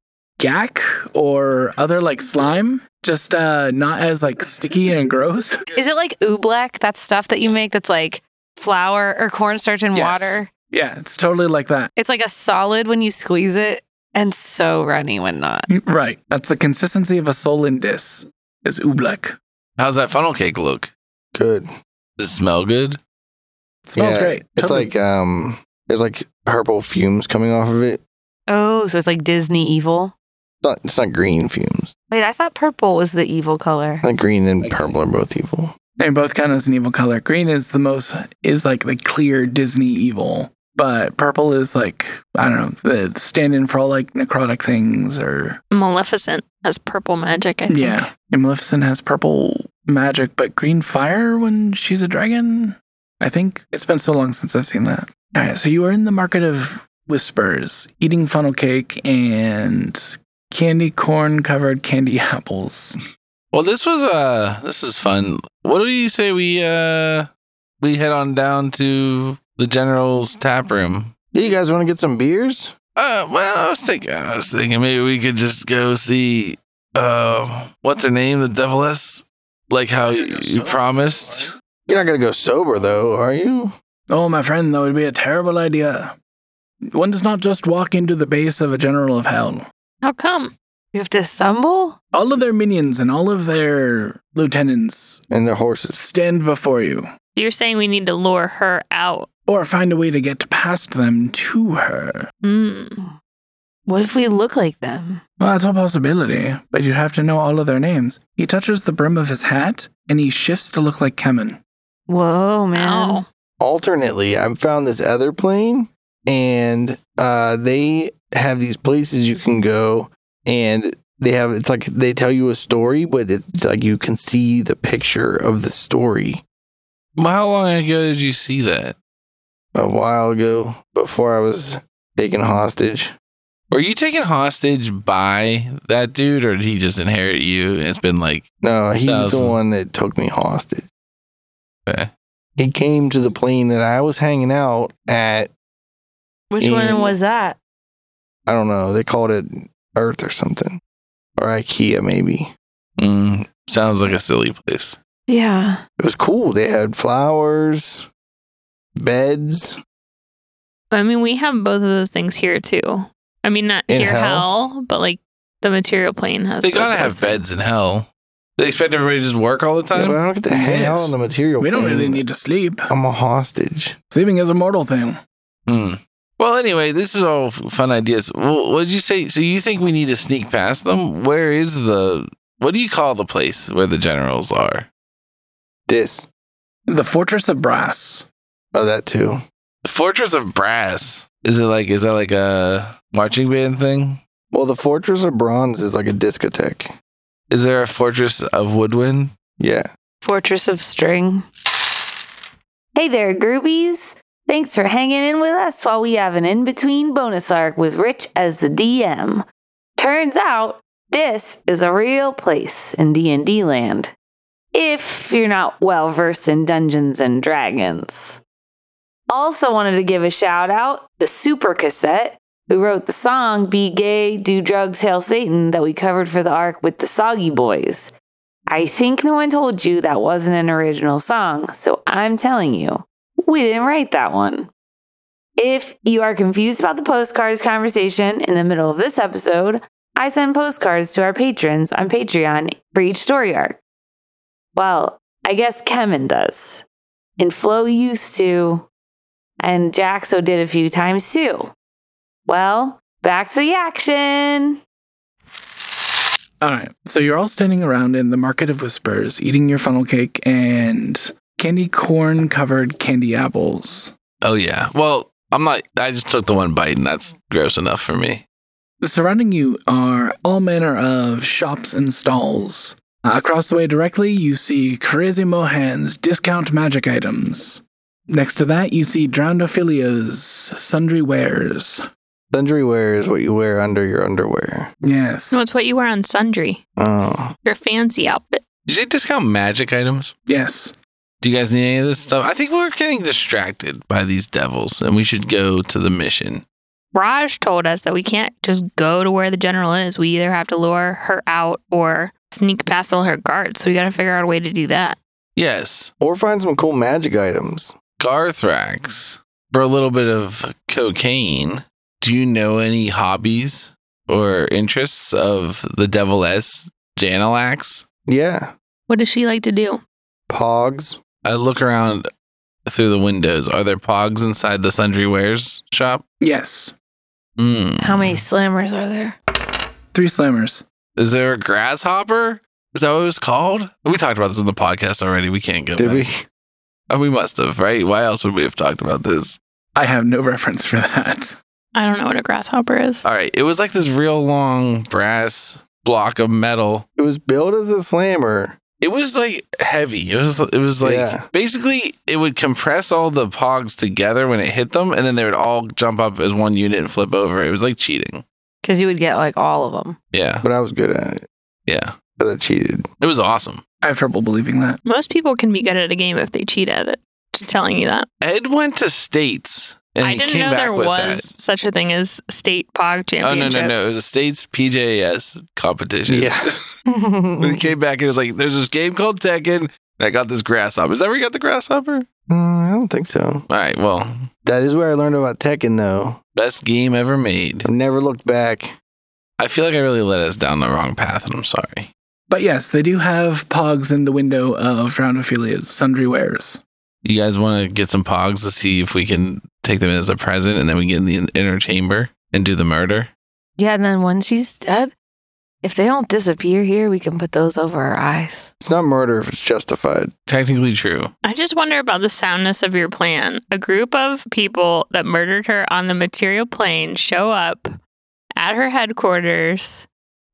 [SPEAKER 5] gack or other like slime, just uh, not as like sticky and gross.
[SPEAKER 4] Is it like oobleck? That stuff that you make that's like flour or cornstarch and
[SPEAKER 5] Yes.
[SPEAKER 4] water?
[SPEAKER 5] yeah, it's totally like that.
[SPEAKER 4] It's like a solid when you squeeze it and so runny when not.
[SPEAKER 5] Right. That's the consistency of a soul in dis is oobleck.
[SPEAKER 3] How's that funnel cake look?
[SPEAKER 1] Good.
[SPEAKER 3] Does it smell good?
[SPEAKER 5] Smells
[SPEAKER 1] Yeah,
[SPEAKER 5] great.
[SPEAKER 1] It's
[SPEAKER 5] Totally-
[SPEAKER 1] like um, there's like purple fumes coming off of it.
[SPEAKER 4] Oh, so it's like Disney evil.
[SPEAKER 1] It's not, it's not green fumes.
[SPEAKER 4] Wait, I thought purple was the evil color.
[SPEAKER 1] I think green and purple are both evil.
[SPEAKER 5] They both count as an evil color. Green is the most is like the clear Disney evil, but purple is like I don't know the stand-in for all like necrotic things or
[SPEAKER 2] Maleficent has purple magic, I think.
[SPEAKER 5] yeah. And Maleficent has purple magic, but green fire when she's a dragon. I think it's been so long since I've seen that. All right, so you are in the market of whispers, eating funnel cake and candy corn covered candy apples.
[SPEAKER 3] Well, this was uh this is fun. What do you say we uh we head on down to the general's tap room?
[SPEAKER 1] Yeah, you guys want to get some beers?
[SPEAKER 3] Uh well, I was thinking I was thinking maybe we could just go see uh what's her name, the deviless? Like how you, you promised.
[SPEAKER 1] You're not gonna go sober though, are you?
[SPEAKER 5] Oh, my friend, that would be a terrible idea. One does not just walk into the base of a general of hell.
[SPEAKER 2] How come?
[SPEAKER 4] You have to assemble?
[SPEAKER 5] All of their minions and all of their lieutenants
[SPEAKER 1] And the horses.
[SPEAKER 5] stand before you,
[SPEAKER 2] You're saying we need to lure her out.
[SPEAKER 5] or find a way to get past them to her.
[SPEAKER 2] Hmm.
[SPEAKER 4] What if we look like them?
[SPEAKER 5] Well, that's a possibility, but you'd have to know all of their names. He touches the brim of his hat, and he shifts to look like Kemen.
[SPEAKER 4] Whoa, man.
[SPEAKER 2] Ow.
[SPEAKER 1] alternately i found this other plane and uh they have these places you can go and they have it's like they tell you a story but it's like you can see the picture of the story
[SPEAKER 3] Well, How long ago did you see that?
[SPEAKER 1] a while ago before i was taken hostage
[SPEAKER 3] Were you taken hostage by that dude, or did he just inherit you? And it's been like,
[SPEAKER 1] no he's the
[SPEAKER 3] Thousand.
[SPEAKER 1] one that took me hostage
[SPEAKER 3] eh.
[SPEAKER 1] he came to the plane that i was hanging out at
[SPEAKER 4] Which
[SPEAKER 1] And-
[SPEAKER 4] one was that?
[SPEAKER 1] i don't know they called it earth or something or ikea maybe
[SPEAKER 3] mm, sounds like a silly place.
[SPEAKER 4] Yeah.
[SPEAKER 1] It was cool. They had flowers, beds.
[SPEAKER 2] I mean, we have both of those things here too. I mean, not
[SPEAKER 1] In
[SPEAKER 2] here
[SPEAKER 1] hell?
[SPEAKER 2] hell, but like the material plane has.
[SPEAKER 3] They
[SPEAKER 2] both
[SPEAKER 3] gotta
[SPEAKER 2] of
[SPEAKER 3] have
[SPEAKER 2] those
[SPEAKER 3] beds in hell. They expect everybody to just work all the
[SPEAKER 1] Yeah,
[SPEAKER 3] time?
[SPEAKER 1] but I don't get to hang out
[SPEAKER 5] Yes.
[SPEAKER 1] on the material.
[SPEAKER 5] We don't
[SPEAKER 1] plane.
[SPEAKER 5] really need to sleep.
[SPEAKER 1] I'm a hostage.
[SPEAKER 5] Sleeping is a mortal thing.
[SPEAKER 3] Hmm. Well, anyway, this is all f- fun ideas. Well, what did you say? So you think we need to sneak past them? Where is the? What do you call the place where the generals are?
[SPEAKER 1] This.
[SPEAKER 5] The Fortress of Brass.
[SPEAKER 1] Oh, that too.
[SPEAKER 3] The Fortress of Brass. Is it like? Is that like a marching band thing?
[SPEAKER 1] Well, the Fortress of Bronze is like a discotheque.
[SPEAKER 3] Is there a Fortress of Woodwind?
[SPEAKER 1] Yeah.
[SPEAKER 4] Fortress of String. Hey there, Groovies. Thanks for hanging in with us while we have an in between bonus arc with Rich as the DM. Turns out this is a real place in D&D land. If you're not well versed in Dungeons and Dragons. Also wanted to give a shout out to Super Cassette, who wrote the song Be Gay, Do Drugs, Hail Satan that we covered for the arc with the Soggy Boys. I think no one told you that wasn't an original song, so I'm telling you, we didn't write that one. If you are confused about the postcards conversation in the middle of this episode, I send postcards to our patrons on Patreon for each story arc. Well, I guess Kemen does. And Flo used to. And Jaxo did a few times too. Well, back to the action.
[SPEAKER 5] All right. So you're all standing around in the Market of Whispers, eating your funnel cake and candy corn covered candy apples.
[SPEAKER 3] Oh yeah. Well, I'm not. I just took the one bite, and that's gross enough for me.
[SPEAKER 5] Surrounding you are all manner of shops and stalls. Uh, across the way directly, you see Crazy Mohan's discount magic items. Next to that, you see Drownophilia's sundry wares.
[SPEAKER 1] Sundry wear is what you wear under your underwear.
[SPEAKER 5] Yes.
[SPEAKER 2] No, it's what you wear on Sundry.
[SPEAKER 1] Oh.
[SPEAKER 2] Your fancy outfit.
[SPEAKER 3] Did you discount magic items?
[SPEAKER 5] Yes.
[SPEAKER 3] Do you guys need any of this stuff? I think we're getting distracted by these devils, and we should go to the mission.
[SPEAKER 2] Raj told us that we can't just go to where the general is. We either have to lure her out or sneak past all her guards. So we got to figure out a way to do that.
[SPEAKER 3] Yes,
[SPEAKER 1] Or find some cool magic items.
[SPEAKER 3] Garthrax. For a little bit of cocaine, do you know any hobbies or interests of the deviless Janilax?
[SPEAKER 1] Yeah.
[SPEAKER 2] What does she like to do?
[SPEAKER 1] Pogs.
[SPEAKER 3] I look around through the windows. Are there pogs inside the sundry wares shop?
[SPEAKER 5] Yes.
[SPEAKER 3] Mm.
[SPEAKER 4] slammers are there?
[SPEAKER 5] Three slammers.
[SPEAKER 3] Is there a grasshopper? Is that what it was called? We talked about this in the podcast already. We can't go.
[SPEAKER 1] Did
[SPEAKER 3] back.
[SPEAKER 1] we?
[SPEAKER 3] Oh, we must have, right? Why else would we have talked about this?
[SPEAKER 5] I have no reference for that.
[SPEAKER 2] I don't know what a grasshopper is.
[SPEAKER 3] All right. It was like this real long brass block of metal.
[SPEAKER 1] It was billed as a slammer.
[SPEAKER 3] It was like heavy. It was it was like
[SPEAKER 1] Yeah.
[SPEAKER 3] basically it would compress all the pogs together when it hit them and then they would all jump up as one unit and flip over. It was like cheating.
[SPEAKER 4] Because you would get like all of them.
[SPEAKER 3] Yeah.
[SPEAKER 1] But I was good at it.
[SPEAKER 3] Yeah.
[SPEAKER 1] But I cheated.
[SPEAKER 3] It was awesome.
[SPEAKER 5] I have trouble believing that.
[SPEAKER 2] Most people can be good at a game if they cheat at it. Just telling you that.
[SPEAKER 3] Ed went to states and
[SPEAKER 2] I
[SPEAKER 3] he
[SPEAKER 2] didn't
[SPEAKER 3] came
[SPEAKER 2] know
[SPEAKER 3] back
[SPEAKER 2] there
[SPEAKER 3] with
[SPEAKER 2] was such a thing as state pog
[SPEAKER 3] that. Oh no
[SPEAKER 2] championships.
[SPEAKER 3] no no! It was a states PJS competition.
[SPEAKER 1] Yeah.
[SPEAKER 3] When he came back and was like, "There's this game called Tekken, and I got this grasshopper." Is that where you got the grasshopper?
[SPEAKER 1] Mm, I don't think so.
[SPEAKER 3] All right. Well,
[SPEAKER 1] That is where I learned about Tekken, though.
[SPEAKER 3] best game ever made.
[SPEAKER 1] I've never looked back.
[SPEAKER 3] I feel like I really led us down the wrong path, and I'm sorry.
[SPEAKER 5] But yes, they do have pogs in the window of Drownophilia's sundry wares.
[SPEAKER 3] You guys want to get some pogs to see if we can take them as a present, and then we get in the inner chamber and do the murder.
[SPEAKER 4] Yeah, and then when she's dead, if they don't disappear here, we can put those over her eyes.
[SPEAKER 1] It's not murder if it's justified.
[SPEAKER 3] Technically true.
[SPEAKER 2] I just wonder about the soundness of your plan. A group of people that murdered her on the material plane show up at her headquarters,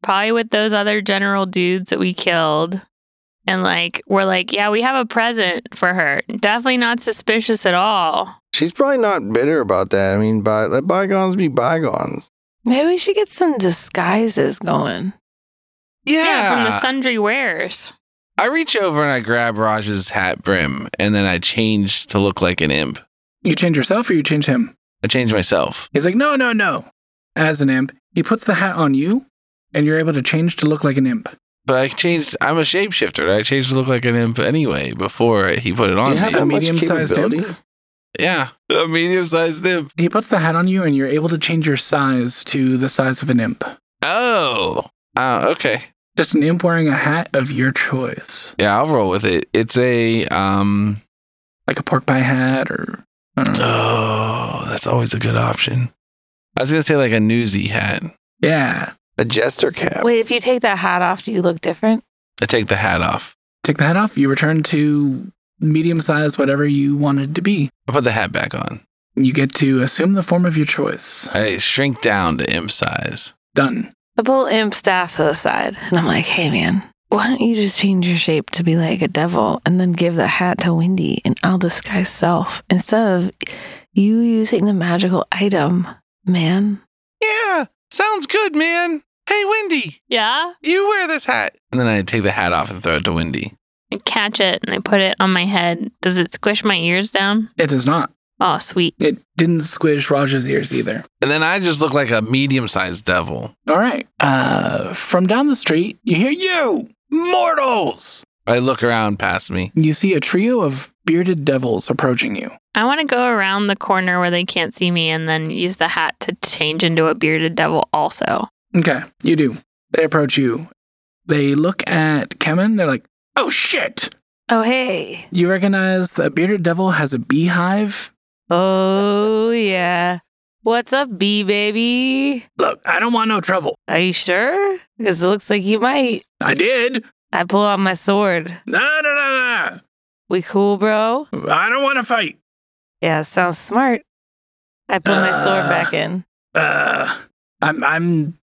[SPEAKER 2] probably with those other general dudes that we killed. And like, we're like, yeah, we have a present for her. Definitely not suspicious at all.
[SPEAKER 1] She's probably not bitter about that. I mean, by, let bygones be bygones.
[SPEAKER 4] Maybe we should get some disguises going.
[SPEAKER 3] Yeah.
[SPEAKER 2] from the sundry wares.
[SPEAKER 3] I reach over and I grab Raj's hat brim, and then I change to look like an imp.
[SPEAKER 5] You change yourself or you change him?
[SPEAKER 3] I change myself.
[SPEAKER 5] He's like, no, no, no. As an imp, he puts the hat on you, and you're able to change to look like an imp.
[SPEAKER 3] But I changed. I'm a shapeshifter. I changed to look like an imp anyway before he put it
[SPEAKER 1] Do
[SPEAKER 3] on
[SPEAKER 1] you have
[SPEAKER 3] me.
[SPEAKER 1] that much
[SPEAKER 5] medium-sized
[SPEAKER 1] capability?
[SPEAKER 3] Yeah, a medium-sized imp.
[SPEAKER 5] He puts the hat on you, and you're able to change your size to the size of an imp.
[SPEAKER 3] Oh, uh, okay.
[SPEAKER 5] Just an imp wearing a hat of your choice,
[SPEAKER 3] Yeah, I'll roll with it. It's a um.
[SPEAKER 5] like a pork pie hat or I don't know.
[SPEAKER 3] Oh, that's always a good option. I was gonna say like a newsy hat.
[SPEAKER 5] Yeah,
[SPEAKER 1] A jester cap.
[SPEAKER 4] Wait, if you take that hat off, do you look different?
[SPEAKER 3] I take the hat off.
[SPEAKER 5] take the hat off. You return to medium size, whatever you wanted to be.
[SPEAKER 3] I put the hat back on.
[SPEAKER 5] You get to assume the form of your choice.
[SPEAKER 3] I shrink down to imp size.
[SPEAKER 5] Done.
[SPEAKER 4] I pull imp staff to the side and I'm like, hey man, why don't you just change your shape to be like a devil and then give the hat to Wendy and I'll disguise self instead of you using the magical item, man.
[SPEAKER 3] Yeah, sounds good, man. Hey, Wendy,
[SPEAKER 2] Yeah?
[SPEAKER 3] you wear this hat. And then I take the hat off and throw it to Wendy.
[SPEAKER 2] I catch it and I put it on my head. Does it squish my ears down?
[SPEAKER 5] It does not.
[SPEAKER 2] Oh, sweet.
[SPEAKER 5] It didn't squish Raj's ears either.
[SPEAKER 3] And then I just look like a medium sized devil.
[SPEAKER 5] All right. Uh, from down the street, you hear you mortals.
[SPEAKER 3] I look around past me.
[SPEAKER 5] You see a trio of bearded devils approaching you.
[SPEAKER 2] I want to go around the corner where they can't see me and then use the hat to change into a bearded devil also.
[SPEAKER 5] Okay, you do. They approach you. They look at Kemen. They're like, "Oh shit!"
[SPEAKER 4] Oh, hey.
[SPEAKER 5] You recognize the bearded devil has a beehive.
[SPEAKER 4] Oh, yeah. What's up, bee baby?
[SPEAKER 5] Look, I don't want no trouble.
[SPEAKER 4] Are you sure? Because it looks like you might.
[SPEAKER 5] I did.
[SPEAKER 4] I pull out my sword.
[SPEAKER 5] No, no, no,
[SPEAKER 4] We cool, bro?
[SPEAKER 5] no. I don't want to fight.
[SPEAKER 4] Yeah, sounds smart. I put my sword
[SPEAKER 5] Uh.
[SPEAKER 4] back in.
[SPEAKER 5] Uh, I'm, I'm.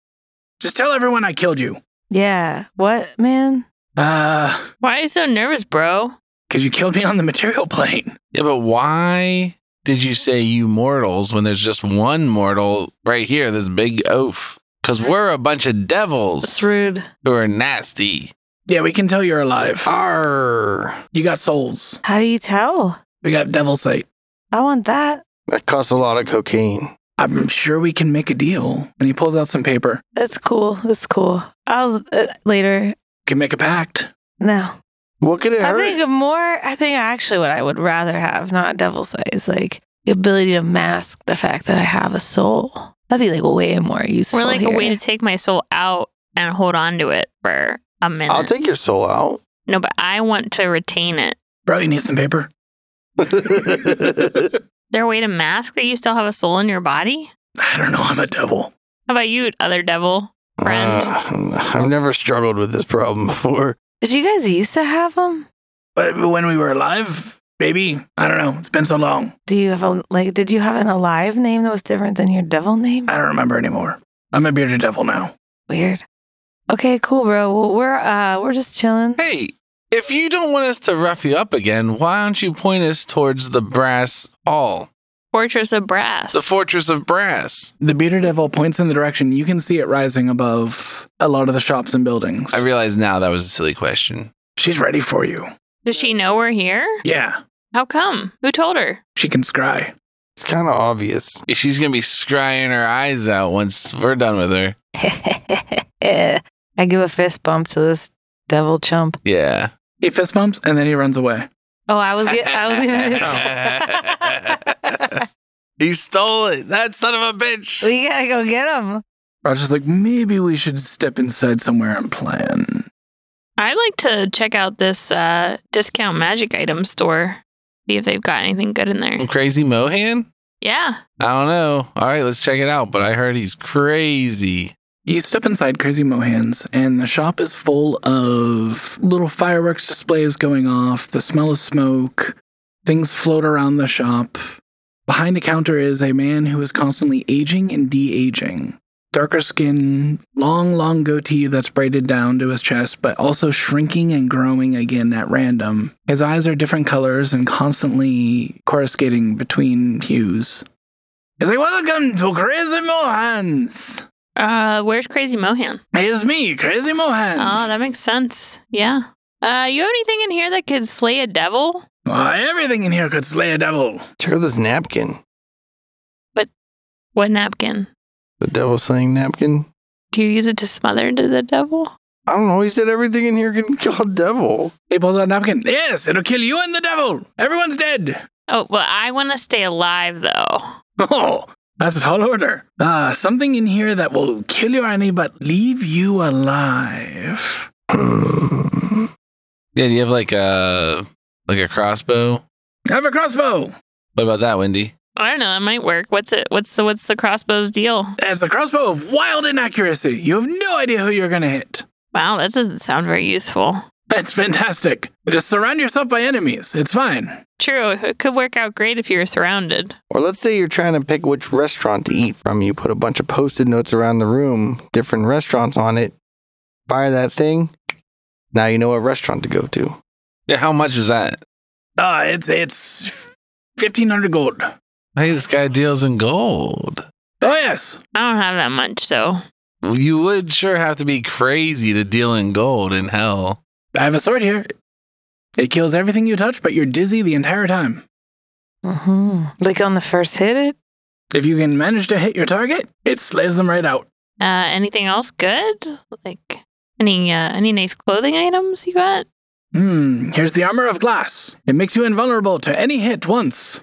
[SPEAKER 5] Just tell everyone I killed you.
[SPEAKER 4] Yeah. What, man?
[SPEAKER 5] Uh,
[SPEAKER 2] Why are you so nervous, bro?
[SPEAKER 5] because you killed me on the material plane.
[SPEAKER 3] Yeah, but why did you say you mortals when there's just one mortal right here, this big oaf? Because we're a bunch of devils
[SPEAKER 4] That's rude.
[SPEAKER 3] who are nasty.
[SPEAKER 5] Yeah, we can tell you're alive.
[SPEAKER 3] Uh.
[SPEAKER 1] Arr.
[SPEAKER 5] You got souls.
[SPEAKER 4] How do you tell?
[SPEAKER 5] We got devil sight.
[SPEAKER 4] I want that.
[SPEAKER 1] That costs a lot of cocaine.
[SPEAKER 5] I'm sure we can make a deal. And he pulls out some paper.
[SPEAKER 4] That's cool. That's cool. I'll uh, later.
[SPEAKER 5] Can make a pact.
[SPEAKER 4] No.
[SPEAKER 1] What could it
[SPEAKER 4] I
[SPEAKER 1] hurt?
[SPEAKER 4] think of more. I think actually what I would rather have, not devil's eyes, like the ability to mask the fact that I have a soul. That'd be like way more useful.
[SPEAKER 2] Or like
[SPEAKER 4] here.
[SPEAKER 2] a way to take my soul out and hold on to it for a minute.
[SPEAKER 1] I'll take your soul out.
[SPEAKER 2] no, but I want to retain it.
[SPEAKER 5] Bro, you need some paper.
[SPEAKER 1] I
[SPEAKER 2] Is there a way to mask that you still have a soul in your body?
[SPEAKER 5] I don't know. I'm a devil.
[SPEAKER 2] How about you, other devil friend?
[SPEAKER 1] Uh, I've never struggled with this problem before.
[SPEAKER 4] Did you guys used to have them?
[SPEAKER 5] But when we were alive, maybe. I don't know. It's been so long.
[SPEAKER 4] Do you have a like? Did you have an alive name that was different than your devil name?
[SPEAKER 5] I don't remember anymore. I'm a bearded devil now.
[SPEAKER 4] Weird. Okay, cool, bro. Well, we're uh, we're just chilling.
[SPEAKER 3] Hey, if you don't want us to rough you up again, why don't you point us towards the brass hall,
[SPEAKER 2] Fortress of Brass.
[SPEAKER 3] the fortress of brass?
[SPEAKER 5] The bearded devil points in the direction you can see it rising above a lot of the shops and buildings.
[SPEAKER 3] I realize now that was a silly question.
[SPEAKER 5] She's ready for you.
[SPEAKER 2] Does she know we're here?
[SPEAKER 5] Yeah,
[SPEAKER 2] How come? Who told her?
[SPEAKER 5] she can scry.
[SPEAKER 1] It's kind of obvious.
[SPEAKER 3] She's gonna be scrying her eyes out once we're done with her.
[SPEAKER 4] Eh, I give a fist bump to this devil chump.
[SPEAKER 3] Yeah.
[SPEAKER 5] He fist bumps and then he runs away.
[SPEAKER 4] Oh, I was, gi- I was giving it.
[SPEAKER 3] He stole it. That son of a bitch.
[SPEAKER 4] we gotta go get him.
[SPEAKER 5] Roger's like, maybe we should step inside somewhere and plan.
[SPEAKER 2] I'd like to check out this uh, discount magic item store. See if they've got anything good in there.
[SPEAKER 3] Crazy Mohan?
[SPEAKER 2] Yeah.
[SPEAKER 3] I don't know. All right, let's check it out. But I heard he's crazy.
[SPEAKER 5] You step inside Crazy Mohan's, and the shop is full of little fireworks displays going off, the smell of smoke, things float around the shop. Behind a counter is a man who is constantly aging and de aging. Darker skin, long, long goatee that's braided down to his chest, but also shrinking and growing again at random. His eyes are different colors and constantly coruscating between hues. He's like, Welcome to Crazy Mohan's!
[SPEAKER 2] Uh, where's Crazy Mohan?
[SPEAKER 5] It's me, Crazy Mohan.
[SPEAKER 2] Oh, that makes sense. Yeah. Uh, you have anything in here that could slay a devil?
[SPEAKER 5] Why, everything in here could slay a devil.
[SPEAKER 1] Check out this napkin.
[SPEAKER 2] What napkin?
[SPEAKER 1] The devil slaying napkin.
[SPEAKER 2] Do you use it to smother to the devil?
[SPEAKER 1] I don't know. He said everything in here can kill a devil.
[SPEAKER 5] He pulls out a napkin. Yes, it'll kill you and the devil. Everyone's dead.
[SPEAKER 2] Oh, well, I want to stay alive though.
[SPEAKER 5] Oh, That's a tall order. Ah, something in here that will kill your enemy but leave you alive.
[SPEAKER 1] Hmm.
[SPEAKER 3] Yeah, do you have like a like a crossbow?
[SPEAKER 5] I have a crossbow.
[SPEAKER 3] What about that, Wendy?
[SPEAKER 2] I don't know. That might work. What's it? What's the what's the crossbow's deal?
[SPEAKER 5] It's a crossbow of wild inaccuracy. You have no idea who you're going to hit.
[SPEAKER 2] Wow, that doesn't sound very useful.
[SPEAKER 5] It's fantastic. Just surround yourself by enemies. It's fine.
[SPEAKER 2] True, it could work out great if you were surrounded.
[SPEAKER 1] Or let's say you're trying to pick which restaurant to eat from. You put a bunch of post it notes around the room, different restaurants on it, fire that thing. Now you know what restaurant to go to.
[SPEAKER 3] Yeah, how much is that?
[SPEAKER 5] Uh, it's it's fifteen hundred gold.
[SPEAKER 3] Hey, this guy deals in gold.
[SPEAKER 5] Oh yes.
[SPEAKER 2] I don't have that much, so
[SPEAKER 3] You would sure have to be crazy to deal in gold in hell.
[SPEAKER 5] I have a sword here. It kills everything you touch, but you're dizzy the entire time.
[SPEAKER 4] Mm-hmm. Like on the first hit, it
[SPEAKER 5] If you can manage to hit your target, it slays them right out.
[SPEAKER 2] uh, anything else good? Like any uh, any nice clothing items you got?
[SPEAKER 5] Hmm, here's the armor of glass. It makes you invulnerable to any hit once.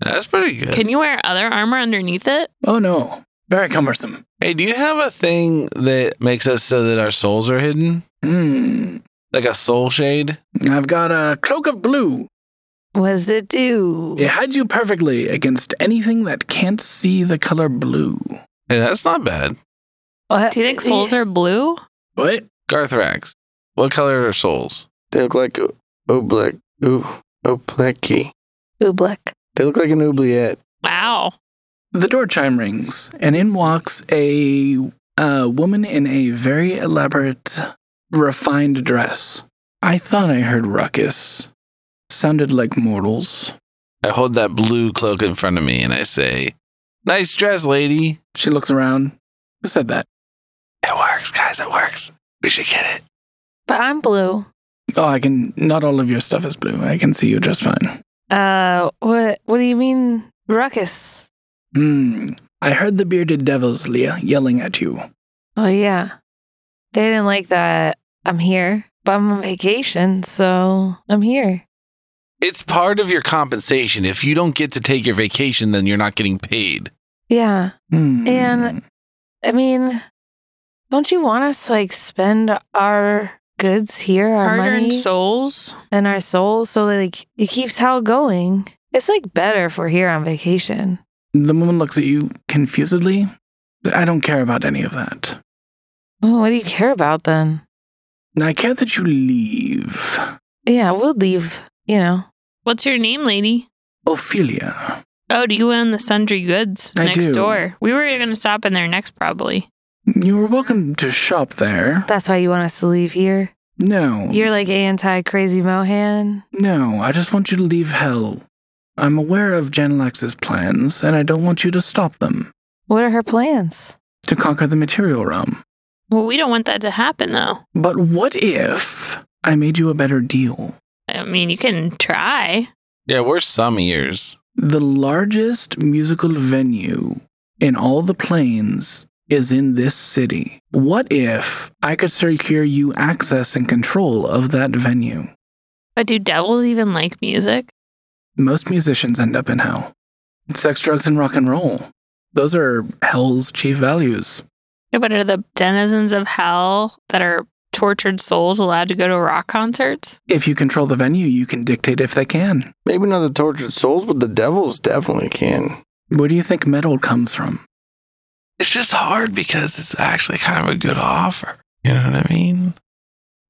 [SPEAKER 3] That's pretty good.
[SPEAKER 2] Can you wear other armor underneath it?
[SPEAKER 5] Oh no. Very cumbersome.
[SPEAKER 3] hey, do you have a thing that makes us so that our souls are hidden?
[SPEAKER 5] Hmm.
[SPEAKER 3] Like a soul shade?
[SPEAKER 5] I've got a cloak of blue.
[SPEAKER 4] what does it do?
[SPEAKER 5] It hides you perfectly against anything that can't see the color blue.
[SPEAKER 3] Hey, that's not bad.
[SPEAKER 4] What-
[SPEAKER 2] Do you think souls are blue?
[SPEAKER 5] What?
[SPEAKER 3] Garthrax, what color are souls?
[SPEAKER 1] They look like o- oblik, o- oblicky.
[SPEAKER 4] Oobleck.
[SPEAKER 1] They look like an oubliette.
[SPEAKER 2] Wow.
[SPEAKER 5] The door chime rings, and in walks a, a woman in a very elaborate, refined dress. I thought I heard ruckus. Sounded like mortals.
[SPEAKER 3] I hold that blue cloak in front of me and I say, Nice dress, lady.
[SPEAKER 5] She looks around. Who said that?
[SPEAKER 3] It works, guys, it works. We should get it.
[SPEAKER 4] But I'm blue.
[SPEAKER 5] Oh, I can. Not all of your stuff is blue. I can see you just fine.
[SPEAKER 4] Uh, what? What do you mean, ruckus?
[SPEAKER 5] Hmm. I heard the bearded devils, Leah, yelling at you.
[SPEAKER 4] Oh yeah, they didn't like that. I'm here, but I'm on vacation, so I'm here.
[SPEAKER 3] It's part of your compensation. If you don't get to take your vacation, then you're not getting paid.
[SPEAKER 4] Yeah,
[SPEAKER 5] Hmm.
[SPEAKER 4] And- I mean, don't you want us to, like spend our goods here, our
[SPEAKER 2] Hard
[SPEAKER 4] money,
[SPEAKER 2] earned souls.
[SPEAKER 4] and our souls, so that like it keeps how going? It's like better if we're here on vacation.
[SPEAKER 5] the woman looks at you confusedly. I don't care about any of that.
[SPEAKER 4] Well, what do you care about then?
[SPEAKER 5] I care that you leave.
[SPEAKER 4] Yeah, we'll leave. You know.
[SPEAKER 2] What's your name, lady?
[SPEAKER 5] Ophelia.
[SPEAKER 2] Oh, do you own the sundry goods
[SPEAKER 5] I
[SPEAKER 2] next
[SPEAKER 5] do.
[SPEAKER 2] door? We were going to stop in there next, probably.
[SPEAKER 5] You are welcome to shop there.
[SPEAKER 4] That's why you want us to leave here.
[SPEAKER 5] No.
[SPEAKER 4] You're like anti crazy Mohan.
[SPEAKER 5] no, I just want you to leave hell. I'm aware of Janlax's plans, and I don't want you to stop them.
[SPEAKER 4] What are her plans?
[SPEAKER 5] To conquer the material realm.
[SPEAKER 2] Well, we don't want that to happen, though.
[SPEAKER 5] But what if I made you a better deal?
[SPEAKER 2] I mean, you can try.
[SPEAKER 3] Yeah, we're some ears.
[SPEAKER 5] The largest musical venue in all the plains is in this city. What if I could secure you access and control of that venue?
[SPEAKER 2] But do devils even like music?
[SPEAKER 5] Most musicians end up in hell. Sex, drugs, and rock and roll. Those are hell's chief values.
[SPEAKER 2] Yeah, but are the denizens of hell that are tortured souls allowed to go to rock concerts?
[SPEAKER 5] If you control the venue, you can dictate if they can.
[SPEAKER 1] Maybe not the tortured souls, but the devils definitely can.
[SPEAKER 5] Where do you think metal comes from?
[SPEAKER 3] It's just hard because it's actually kind of a good offer. You know what I mean?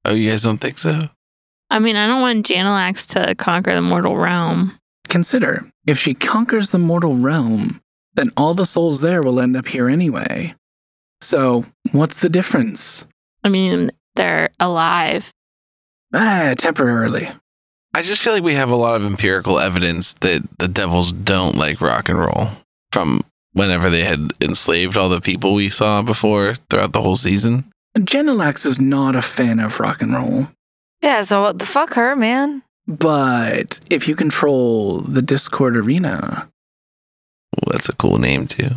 [SPEAKER 3] Oh, you guys don't think so?
[SPEAKER 2] I mean, I don't want Janalax to conquer the mortal realm.
[SPEAKER 5] Consider if she conquers the mortal realm, then all the souls there will end up here anyway. So, what's the difference?
[SPEAKER 2] I mean, they're alive.
[SPEAKER 5] Ah, temporarily.
[SPEAKER 3] I just feel like we have a lot of empirical evidence that the devils don't like rock and roll from whenever they had enslaved all the people we saw before throughout the whole season.
[SPEAKER 5] Genelax is not a fan of rock and roll,
[SPEAKER 4] Yeah, so what the fuck her, man?
[SPEAKER 5] but if you control the Discord arena,
[SPEAKER 3] Ooh, that's a cool name, too.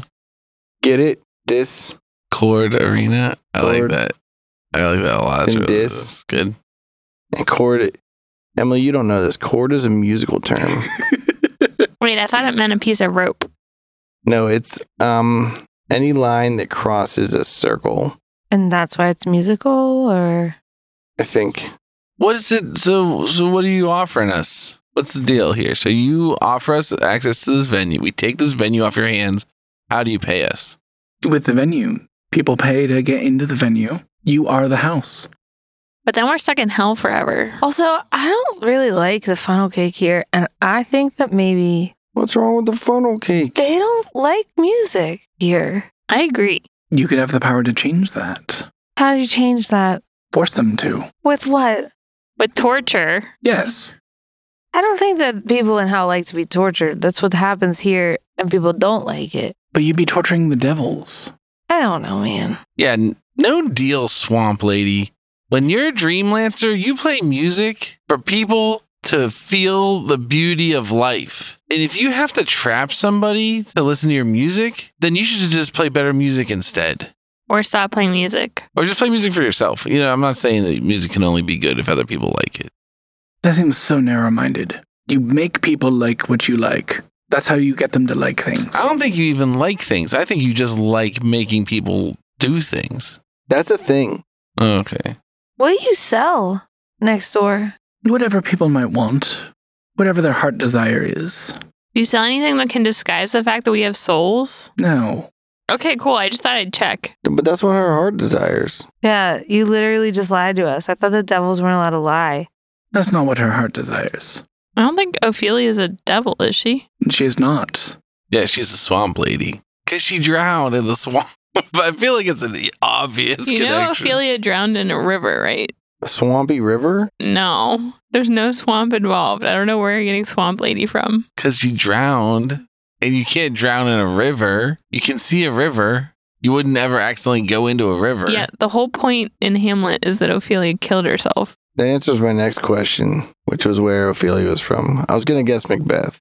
[SPEAKER 1] Get it? This.
[SPEAKER 3] Chord Arena. I like
[SPEAKER 1] Chord.
[SPEAKER 3] that. I like that a lot. That's
[SPEAKER 1] And
[SPEAKER 3] really-
[SPEAKER 1] dis.
[SPEAKER 3] that's good.
[SPEAKER 1] And chord. Emily, you don't know this. Chord is a musical term.
[SPEAKER 2] Wait, I thought it meant a piece of rope.
[SPEAKER 1] No, it's um any line that crosses a circle,
[SPEAKER 4] And that's why it's musical or
[SPEAKER 1] I think.
[SPEAKER 3] What is it? So, so what are you offering us? What's the deal here? So you offer us access to this venue. We take this venue off your hands. How do you pay us?
[SPEAKER 5] With the venue, people pay to get into the venue. You are the house.
[SPEAKER 2] But then we're stuck in hell forever.
[SPEAKER 4] also I don't really like the funnel cake here and I think that maybe
[SPEAKER 1] What's wrong with the funnel cake?
[SPEAKER 4] they don't like music here.
[SPEAKER 2] I agree.
[SPEAKER 5] You could have the power to change that.
[SPEAKER 4] How do you change that?
[SPEAKER 5] Force them to.
[SPEAKER 4] With what?
[SPEAKER 2] With torture,
[SPEAKER 5] Yes.
[SPEAKER 4] I don't think that people in hell like to be tortured. That's what happens here and people don't like it.
[SPEAKER 5] But you'd be torturing the devils.
[SPEAKER 4] I don't know, man.
[SPEAKER 3] Yeah, n- no deal, Swamp Lady. When you're a Dreamlancer, you play music for people to feel the beauty of life. And if you have to trap somebody to listen to your music, then you should just play better music instead.
[SPEAKER 2] or stop playing music.
[SPEAKER 3] Or just play music for yourself. You know, I'm not saying that music can only be good if other people like it.
[SPEAKER 5] That seems so narrow minded. You make people like what you like. That's how you get them to like things.
[SPEAKER 3] I don't think you even like things. I think you just like making people do things.
[SPEAKER 1] That's a thing.
[SPEAKER 3] Okay.
[SPEAKER 4] What do you sell next door?
[SPEAKER 5] Whatever people might want, whatever their heart desire is.
[SPEAKER 2] Do you sell anything that can disguise the fact that we have souls?
[SPEAKER 5] No.
[SPEAKER 2] Okay, cool. I just thought I'd check.
[SPEAKER 1] But that's what her heart desires.
[SPEAKER 4] Yeah, you literally just lied to us. I thought the devils weren't allowed to lie.
[SPEAKER 5] That's not what her heart desires.
[SPEAKER 2] I don't think Ophelia is a devil, is she?
[SPEAKER 5] And She is not.
[SPEAKER 3] Yeah, she's a swamp lady. Because she drowned in the swamp. I feel like it's an obvious
[SPEAKER 2] you know,
[SPEAKER 3] connection.
[SPEAKER 2] Ophelia drowned in a river, right?
[SPEAKER 1] A swampy river?
[SPEAKER 2] No, there's no swamp involved. I don't know where you're getting swamp lady from.
[SPEAKER 3] Because she drowned. And you can't drown in a river. You can see a river. You wouldn't ever accidentally go into a river.
[SPEAKER 2] Yeah, the whole point in Hamlet is that Ophelia killed herself.
[SPEAKER 1] That answers my next question, which was where Ophelia was from. I was going to guess Macbeth.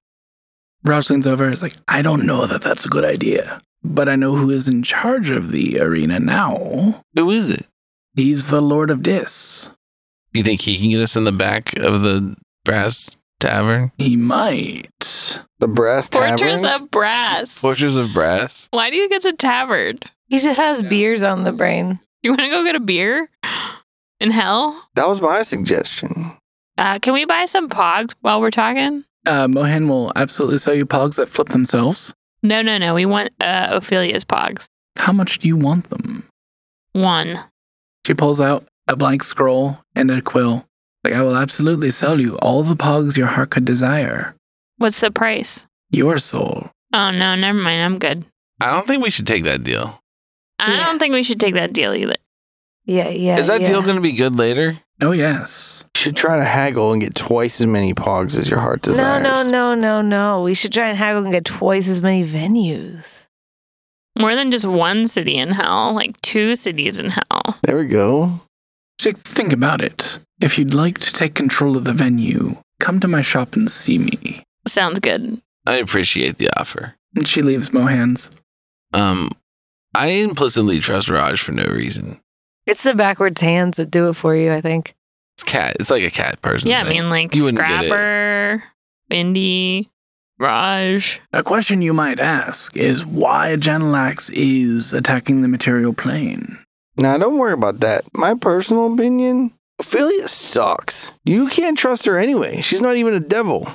[SPEAKER 5] Roush leans over and is like, I don't know that that's a good idea, but I know who is in charge of the arena now.
[SPEAKER 3] Who is it?
[SPEAKER 5] He's the Lord of Dis.
[SPEAKER 3] Do you think he can get us in the back of the brass tavern?
[SPEAKER 5] He might.
[SPEAKER 1] The Brass
[SPEAKER 2] Fortress
[SPEAKER 1] Tavern?
[SPEAKER 2] of Brass.
[SPEAKER 3] Fortress of Brass?
[SPEAKER 2] Why do you get to tavern?
[SPEAKER 4] He just has beers on the brain.
[SPEAKER 2] You want to go get a beer in hell?
[SPEAKER 1] that was my suggestion.
[SPEAKER 2] Uh, can we buy some pogs while we're talking?
[SPEAKER 5] Uh, Mohan will absolutely sell you pogs that flip themselves.
[SPEAKER 2] No, no, no. We want uh, Ophelia's pogs.
[SPEAKER 5] How much do you want them?
[SPEAKER 2] One.
[SPEAKER 5] She pulls out a blank scroll and a quill. Like, I will absolutely sell you all the pogs your heart could desire.
[SPEAKER 2] What's the price?
[SPEAKER 5] Your soul.
[SPEAKER 2] Oh no, never mind. I'm good.
[SPEAKER 3] I don't think we should take that deal.
[SPEAKER 2] I
[SPEAKER 4] Yeah.
[SPEAKER 2] don't think we should take that deal either.
[SPEAKER 4] Yeah, yeah.
[SPEAKER 3] is that
[SPEAKER 4] yeah.
[SPEAKER 3] deal going to be good later?
[SPEAKER 5] Oh, yes.
[SPEAKER 1] You should try to haggle and get twice as many pogs as your heart desires.
[SPEAKER 4] No, no, no, no, no. We should try and haggle and get twice as many venues.
[SPEAKER 2] More than just one city in hell, like two cities in hell.
[SPEAKER 1] There we go.
[SPEAKER 5] She's like, think about it. If you'd like to take control of the venue, come to my shop and see me.
[SPEAKER 2] Sounds good.
[SPEAKER 3] I appreciate the offer.
[SPEAKER 5] And she leaves Mohan's.
[SPEAKER 3] Um, I implicitly trust Raj for no reason.
[SPEAKER 4] It's the backwards hands that do it for you, I think.
[SPEAKER 3] It's cat. It's like a cat person.
[SPEAKER 2] Yeah, I
[SPEAKER 3] thing.
[SPEAKER 2] mean, like
[SPEAKER 3] You wouldn't get it.
[SPEAKER 2] Scrapper, Bindi, Raj.
[SPEAKER 5] A question you might ask is why Janalax is attacking the material plane.
[SPEAKER 1] Now, don't worry about that. My personal opinion Ophelia sucks. You can't trust her anyway. She's not even a devil. You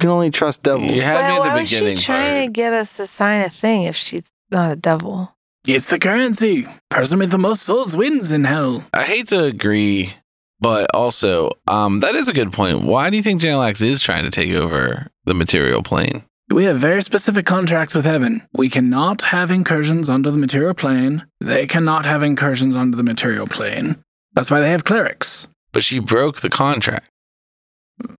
[SPEAKER 1] can only trust devils.
[SPEAKER 3] You had me at
[SPEAKER 4] why
[SPEAKER 3] the
[SPEAKER 4] was
[SPEAKER 3] beginning
[SPEAKER 4] she trying
[SPEAKER 3] part.
[SPEAKER 4] to get us to sign a thing if she's not a devil?
[SPEAKER 5] It's the currency. Person with the most souls wins in hell.
[SPEAKER 3] I hate to agree, but also, um, that is a good point. Why do you think Janalax is trying to take over the material plane?
[SPEAKER 5] We have very specific contracts with heaven. We cannot have incursions onto the material plane. They cannot have incursions onto the material plane. That's why they have clerics.
[SPEAKER 3] But she broke the contract.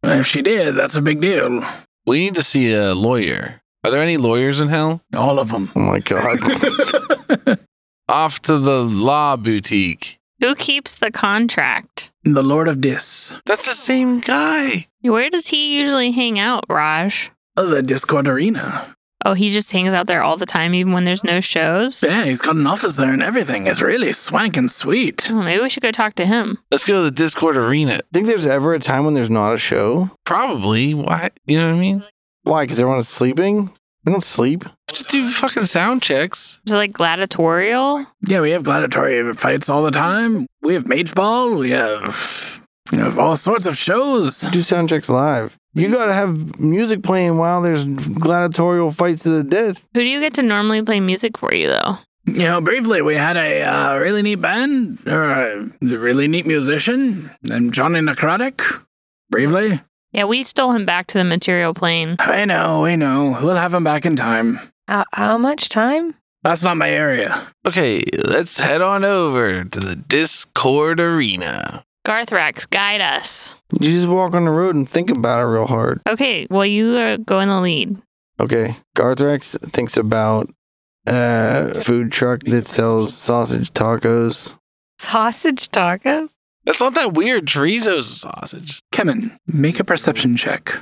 [SPEAKER 5] If she did, that's a big deal.
[SPEAKER 3] We need to see a lawyer. Are there any lawyers in hell?
[SPEAKER 5] All of them.
[SPEAKER 1] Oh my God.
[SPEAKER 5] the
[SPEAKER 3] Off to the law boutique.
[SPEAKER 2] Who keeps the contract?
[SPEAKER 5] Lord of Dis.
[SPEAKER 3] That's the same guy.
[SPEAKER 2] Where does he usually hang out, Raj?
[SPEAKER 5] Oh, the Discord Arena.
[SPEAKER 2] Oh, he just hangs out there all the time, even when there's no shows?
[SPEAKER 5] Yeah, he's got an office there and everything. It's really swank and sweet.
[SPEAKER 2] Oh, maybe we should go talk to him.
[SPEAKER 3] Let's go to the Discord arena.
[SPEAKER 1] Think there's ever a time when there's not a show?
[SPEAKER 3] Probably. Why? You know what I mean?
[SPEAKER 1] Why? Because everyone's sleeping? I don't sleep.
[SPEAKER 3] Just do fucking sound checks.
[SPEAKER 2] Is it like gladiatorial?
[SPEAKER 5] Yeah, we have gladiatorial fights all the time. We have mage ball. We have, we have all sorts of shows.
[SPEAKER 1] Do sound checks live. You gotta have music playing while there's gladiatorial fights to the death.
[SPEAKER 2] Who do you get to normally play music for you though?
[SPEAKER 5] You know, briefly, we had a uh, really neat band, or a really neat musician, named Johnny Necrotic. Briefly,
[SPEAKER 2] Yeah, we stole him back to the material plane.
[SPEAKER 5] I know, I know. We'll have him back in time.
[SPEAKER 4] How, how much time?
[SPEAKER 5] That's not my area.
[SPEAKER 3] Okay, let's head on over to the Discord arena.
[SPEAKER 2] Garthrax, guide us.
[SPEAKER 1] You just walk on the road and think about it real hard.
[SPEAKER 2] Okay, well you are go in the lead.
[SPEAKER 1] Okay. Garthrax thinks about uh food truck that sells sausage tacos.
[SPEAKER 4] Sausage tacos?
[SPEAKER 3] That's not that weird. Chorizo's a sausage.
[SPEAKER 5] Kemen, make a perception check.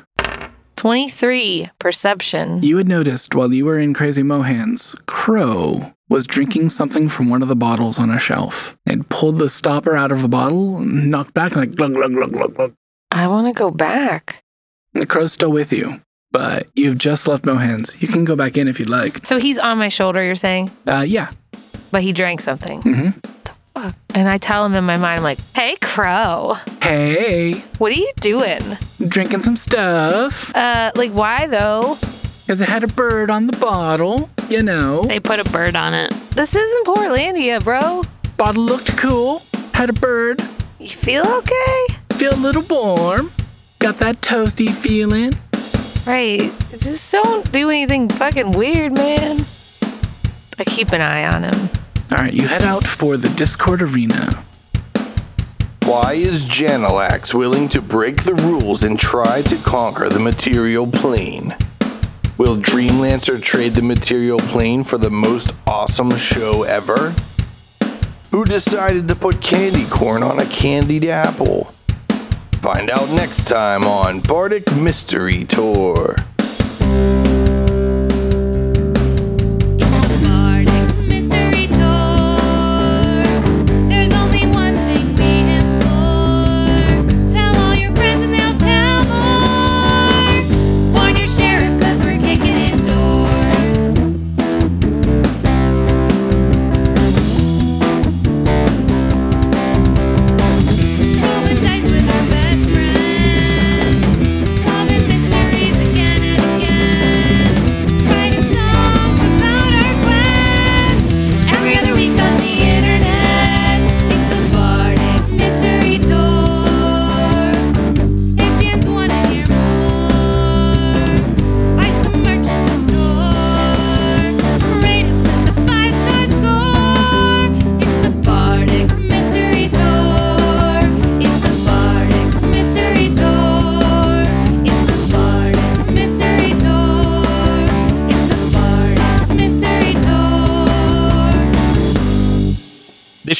[SPEAKER 4] 23 perception.
[SPEAKER 5] You had noticed while you were in Crazy Mohan's, Crow was drinking something from one of the bottles on a shelf and pulled the stopper out of a bottle, and knocked back, like glug, glug, glug, glug, glug.
[SPEAKER 4] I want to go back.
[SPEAKER 5] The crow's still with you, but you've just left Mohan's. You can go back in if you'd like.
[SPEAKER 4] So he's on my shoulder, you're saying,
[SPEAKER 5] Uh, yeah.
[SPEAKER 4] but he drank something.
[SPEAKER 3] Mm-hmm.
[SPEAKER 5] hmm
[SPEAKER 4] Fuck. And I tell him in my mind, I'm like, hey, Crow,
[SPEAKER 5] Hey,
[SPEAKER 4] what are you doing?
[SPEAKER 5] drinking some stuff.
[SPEAKER 4] Uh, like, why though?
[SPEAKER 5] Because it had a bird on the bottle, you know.
[SPEAKER 2] They put a bird on it.
[SPEAKER 4] This isn't Portlandia, bro.
[SPEAKER 5] Bottle looked cool, had a bird,
[SPEAKER 4] You feel okay?
[SPEAKER 5] feel a little warm, got that toasty feeling.
[SPEAKER 4] Right. Just don't do anything fucking weird, man. I keep an eye on him.
[SPEAKER 5] All right, you head out for the Discord Arena.
[SPEAKER 1] Why is Janilax willing to break the rules and try to conquer the material plane? Will Dreamlancer trade the material plane for the most awesome show ever? Who decided to put candy corn on a candied apple? Find out next time on Bardic Mystery Tour.
[SPEAKER 6] Mystery tour. There's only one thing we implore. Tell all your friends and they'll tell more. Warn your sheriff 'cause we're kicking indoors. Rolling dice with our best friends, solving mysteries again and again, writing songs about our quest. Every other week on the internet, it's the Bardic Mystery Tour. If you wanna hear more, buy some merch in the store. Rate us with a five-star score. It's the Bardic Mystery Tour. It's the Bardic Mystery Tour. It's the Bardic Mystery Tour. It's the Bardic Mystery Tour.
[SPEAKER 7] This